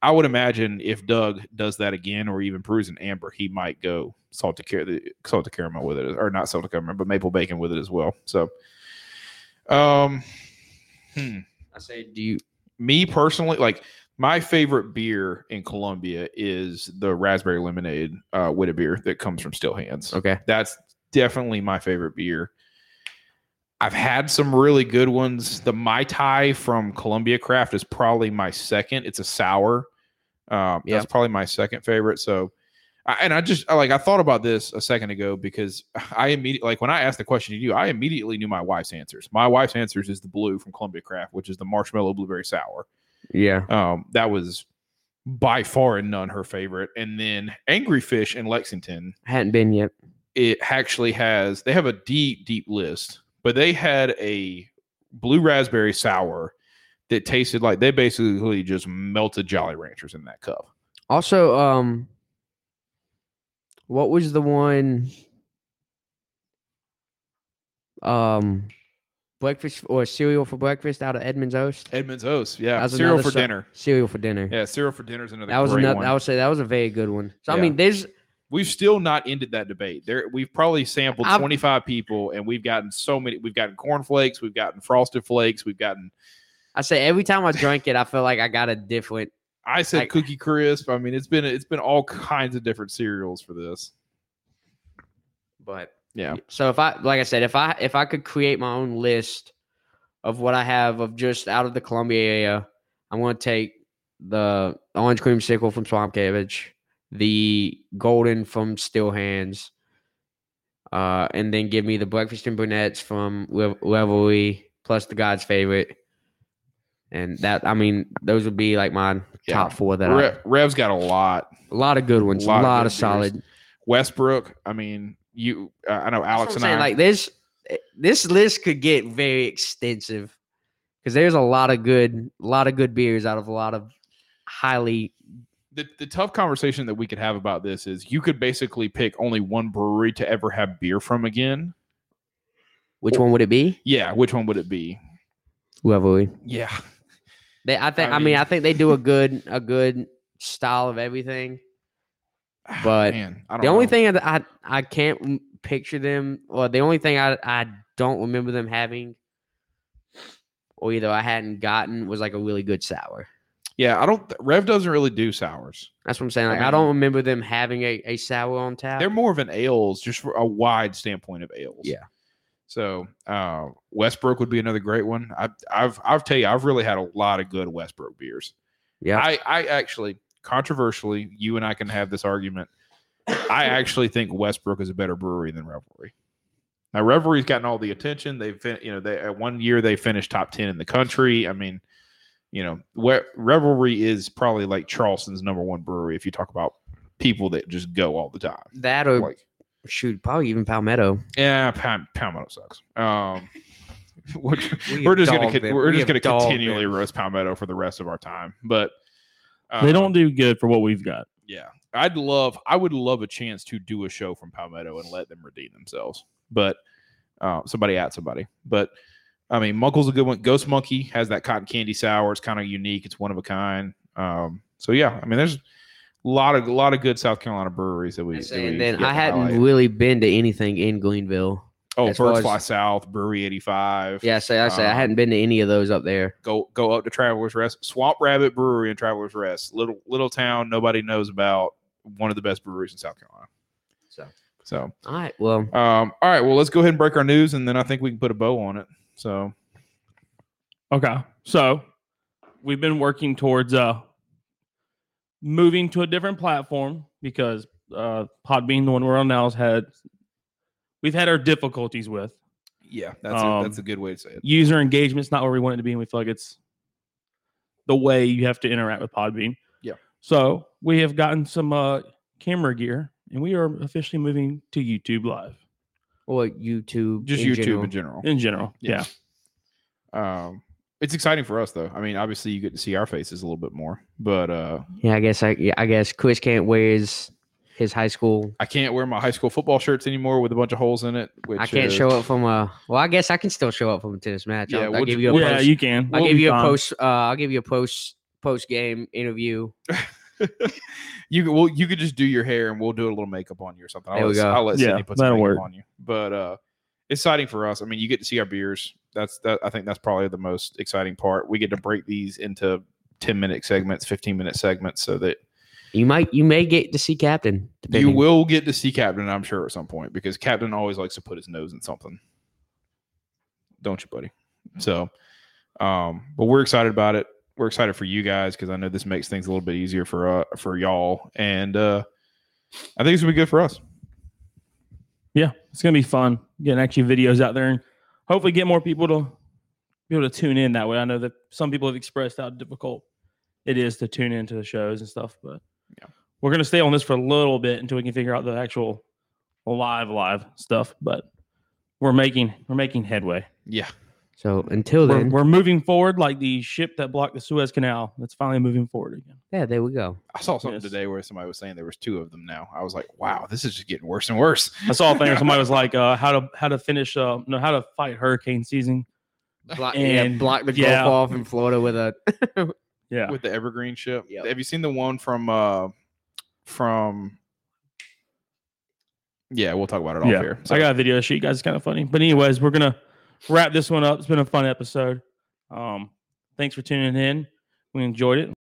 I would imagine if Doug does that again or even brews an amber, he might go salted car- the salted caramel with it or not salted caramel, but maple bacon with it as well. So, um, hmm
I say, do you?
me personally, like my favorite beer in Colombia is the raspberry lemonade uh, with a beer that comes from Still Hands.
Okay.
That's definitely my favorite beer. I've had some really good ones. The Mai Tai from Columbia Craft is probably my second. It's a sour. Um,
Yeah.
That's probably my second favorite. So, I, and I just I, like I thought about this a second ago because I immediately like when I asked the question to you, I immediately knew my wife's answers. My wife's answers is the blue from Columbia Craft, which is the marshmallow blueberry sour.
Yeah.
Um, that was by far and none her favorite. And then Angry Fish in Lexington,
Hadn't been yet.
it actually has they have a deep, deep list, but they had a blue raspberry sour that tasted like they basically just melted Jolly Ranchers in that cup.
Also, um, what was the one? Um, breakfast or cereal for breakfast out of Edmonds Oast?
Edmund's Oast, yeah,
That's
cereal
another
for
so-
dinner.
Cereal for dinner.
Yeah, cereal for dinner is another.
that was
great
another.
one.
I would say that was a very good one. So I
Yeah.
mean, there's
We've still not ended that debate. There, we've probably sampled
I've-
25 people, and we've gotten so many. We've gotten cornflakes, we've gotten frosted flakes, we've gotten.
I say every time I drank it, I feel like I got a different.
I said
I-
cookie crisp. I mean, it's been it's been all kinds of different cereals for this.
But
Yeah.
So if I, like I said, if I if I could create my own list of what I have of just out of the Columbia area, I'm going to take the orange cream sickle from Swamp Cabbage, the golden from Still Hands, uh, and then give me the breakfast and brunettes from Rev- Revelry, plus the God's favorite. And that, I mean, those would be like my
Yeah.
top four that I,
Re- Rev's got a lot.
a lot of good ones, a
lot
lot,
of good
of,
beers.
solid.
Westbrook. I mean, you. Uh, I know Alex
That's
and
what I'm
I.
saying, like this this list could get very extensive because there's a lot of good a lot of good beers out of a lot of highly
the, the tough conversation that we could have about this is you could basically pick only one brewery to ever have beer from again.
which one would it be
Yeah, which one would it be?
whoever we
Yeah.
they i think
I
i, mean,
mean-
i think they do a good a good style of everything But
Ah, Man, I don't
the only
know.
thing that i i can't m- picture them or the only thing i i don't remember them having or either i hadn't gotten was like a really good sour
yeah, I don't. Rev doesn't really do sours.
that's what i'm saying
I
like i,
mean-
don't remember them having a, a sour on tap
They're more of an ales, just for a wide standpoint of ales.
Yeah.
So uh, Westbrook would be another great one. I, I've I've tell you, I've really had a lot of good Westbrook beers.
yeah
I, I actually, controversially, you and I can have this argument. I actually think Westbrook is a better brewery than Revelry. Now Revelry's gotten all the attention. They've fin- you know they at one year they finished top ten in the country. I mean, you know, where Revelry is probably like Charleston's number one brewery if you talk about people that just go all the time.
that or
Like
shoot, probably even Palmetto.
yeah, Pal- Palmetto sucks. Um, we're,
We
we're
have
just gonna
dogged
con-
them.
we're
We
just
have
gonna
dogged
continually
them.
roast Palmetto for the rest of our time, but.
they
um,
don't do good for what we've got.
Yeah. I'd love I would love a chance to do a show from Palmetto and let them redeem themselves. But uh, somebody at somebody. But I mean Muckle's a good one. Ghost Monkey has that cotton candy sour. It's kind of unique. It's one of a kind. Um, so yeah, I mean there's a lot of a lot of good South Carolina breweries that we that we
and then
get
I
to
hadn't
highlight.
really been to anything in Greenville.
Oh,
as far
Birds
as-
Fly South, Brewery 85.
Yeah, say I say I
Um,
hadn't been to any of those up there.
Go go up to Travelers Rest. Swamp Rabbit Brewery and Travelers Rest. Little little town nobody knows about. One of the best breweries in South Carolina.
So
So
all right, well,
Um, all right, well, let's go ahead and break our news, and then I think we can put a bow on it. So,
Okay. So we've been working towards uh moving to a different platform because uh Podbean, the one we're on now, has had we've had our difficulties with.
yeah,
that's a- that's a
good way to say it.
User engagement's not where we want it to be, and we feel like it's the way you have to interact with Podbean.
Yeah.
So we have gotten some uh camera gear and we are officially moving to YouTube live
or YouTube,
Just
in
YouTube
general.
in general.
in general. Yeah.
Um, it's exciting for us, though. I mean, obviously, you get to see our faces a little bit more, but uh,
Yeah, I guess I yeah, I guess Chris can't wear his his high school.
I can't wear my high school football shirts anymore with a bunch of holes in it. Which
I can't
is-
show up from a. Well, I guess I can still show up from a tennis match.
Yeah,
I'll, I'll
we'll
give
ju-
you a
Yeah,
post.
you can.
I'll
We'll
give
be
you a
fine.
post. Uh, I'll give you a post post game interview.
You could- well, you could just do your hair, and we'll do a little makeup on you or something. I'll
There we
let,
go.
I'll let
Yeah,
Sydney put some
that'll
makeup
work.
on you, but uh, it's exciting for us. I mean, you get to see our beers. That's that. I think that's probably the most exciting part. We get to break these into ten minute segments, fifteen minute segments, so that
You might you may get to see Captain.
You
depending.
will get to see Captain, I'm sure, at some point because Captain always likes to put his nose in something. Don't you, buddy? So, um, but we're excited about it. We're excited for you guys because I know this makes things a little bit easier for uh, for y'all, and uh, I think it's gonna be good for us.
Yeah, it's gonna be fun getting actually videos out there and hopefully get more people to be able to tune in that way. I know that some people have expressed how difficult it is to tune into the shows and stuff, but
Yeah.
we're gonna stay on this for a little bit until we can figure out the actual live live stuff. But we're making we're making headway.
Yeah,
So until
We're,
then,
we're moving forward like the ship that blocked the Suez Canal. That's finally moving forward again.
yeah, there we go.
I saw something
Yes.
today where somebody was saying there was two of them now. I was like, wow, this is just getting worse and worse.
I saw a thing where somebody was like, uh, "How to how to finish uh, no how to fight hurricane season."
Block, yeah,
And-
block the
yeah.
Gulf off in Florida with a
Yeah,
with the Evergreen ship.
Yep.
Have you seen the one from uh from Yeah, we'll talk about it off
Yeah.
here.
So I got a video sheet, guys. It's kind of funny. But anyways, we're gonna wrap this one up. It's been a fun episode. Um, thanks for tuning in. We enjoyed it.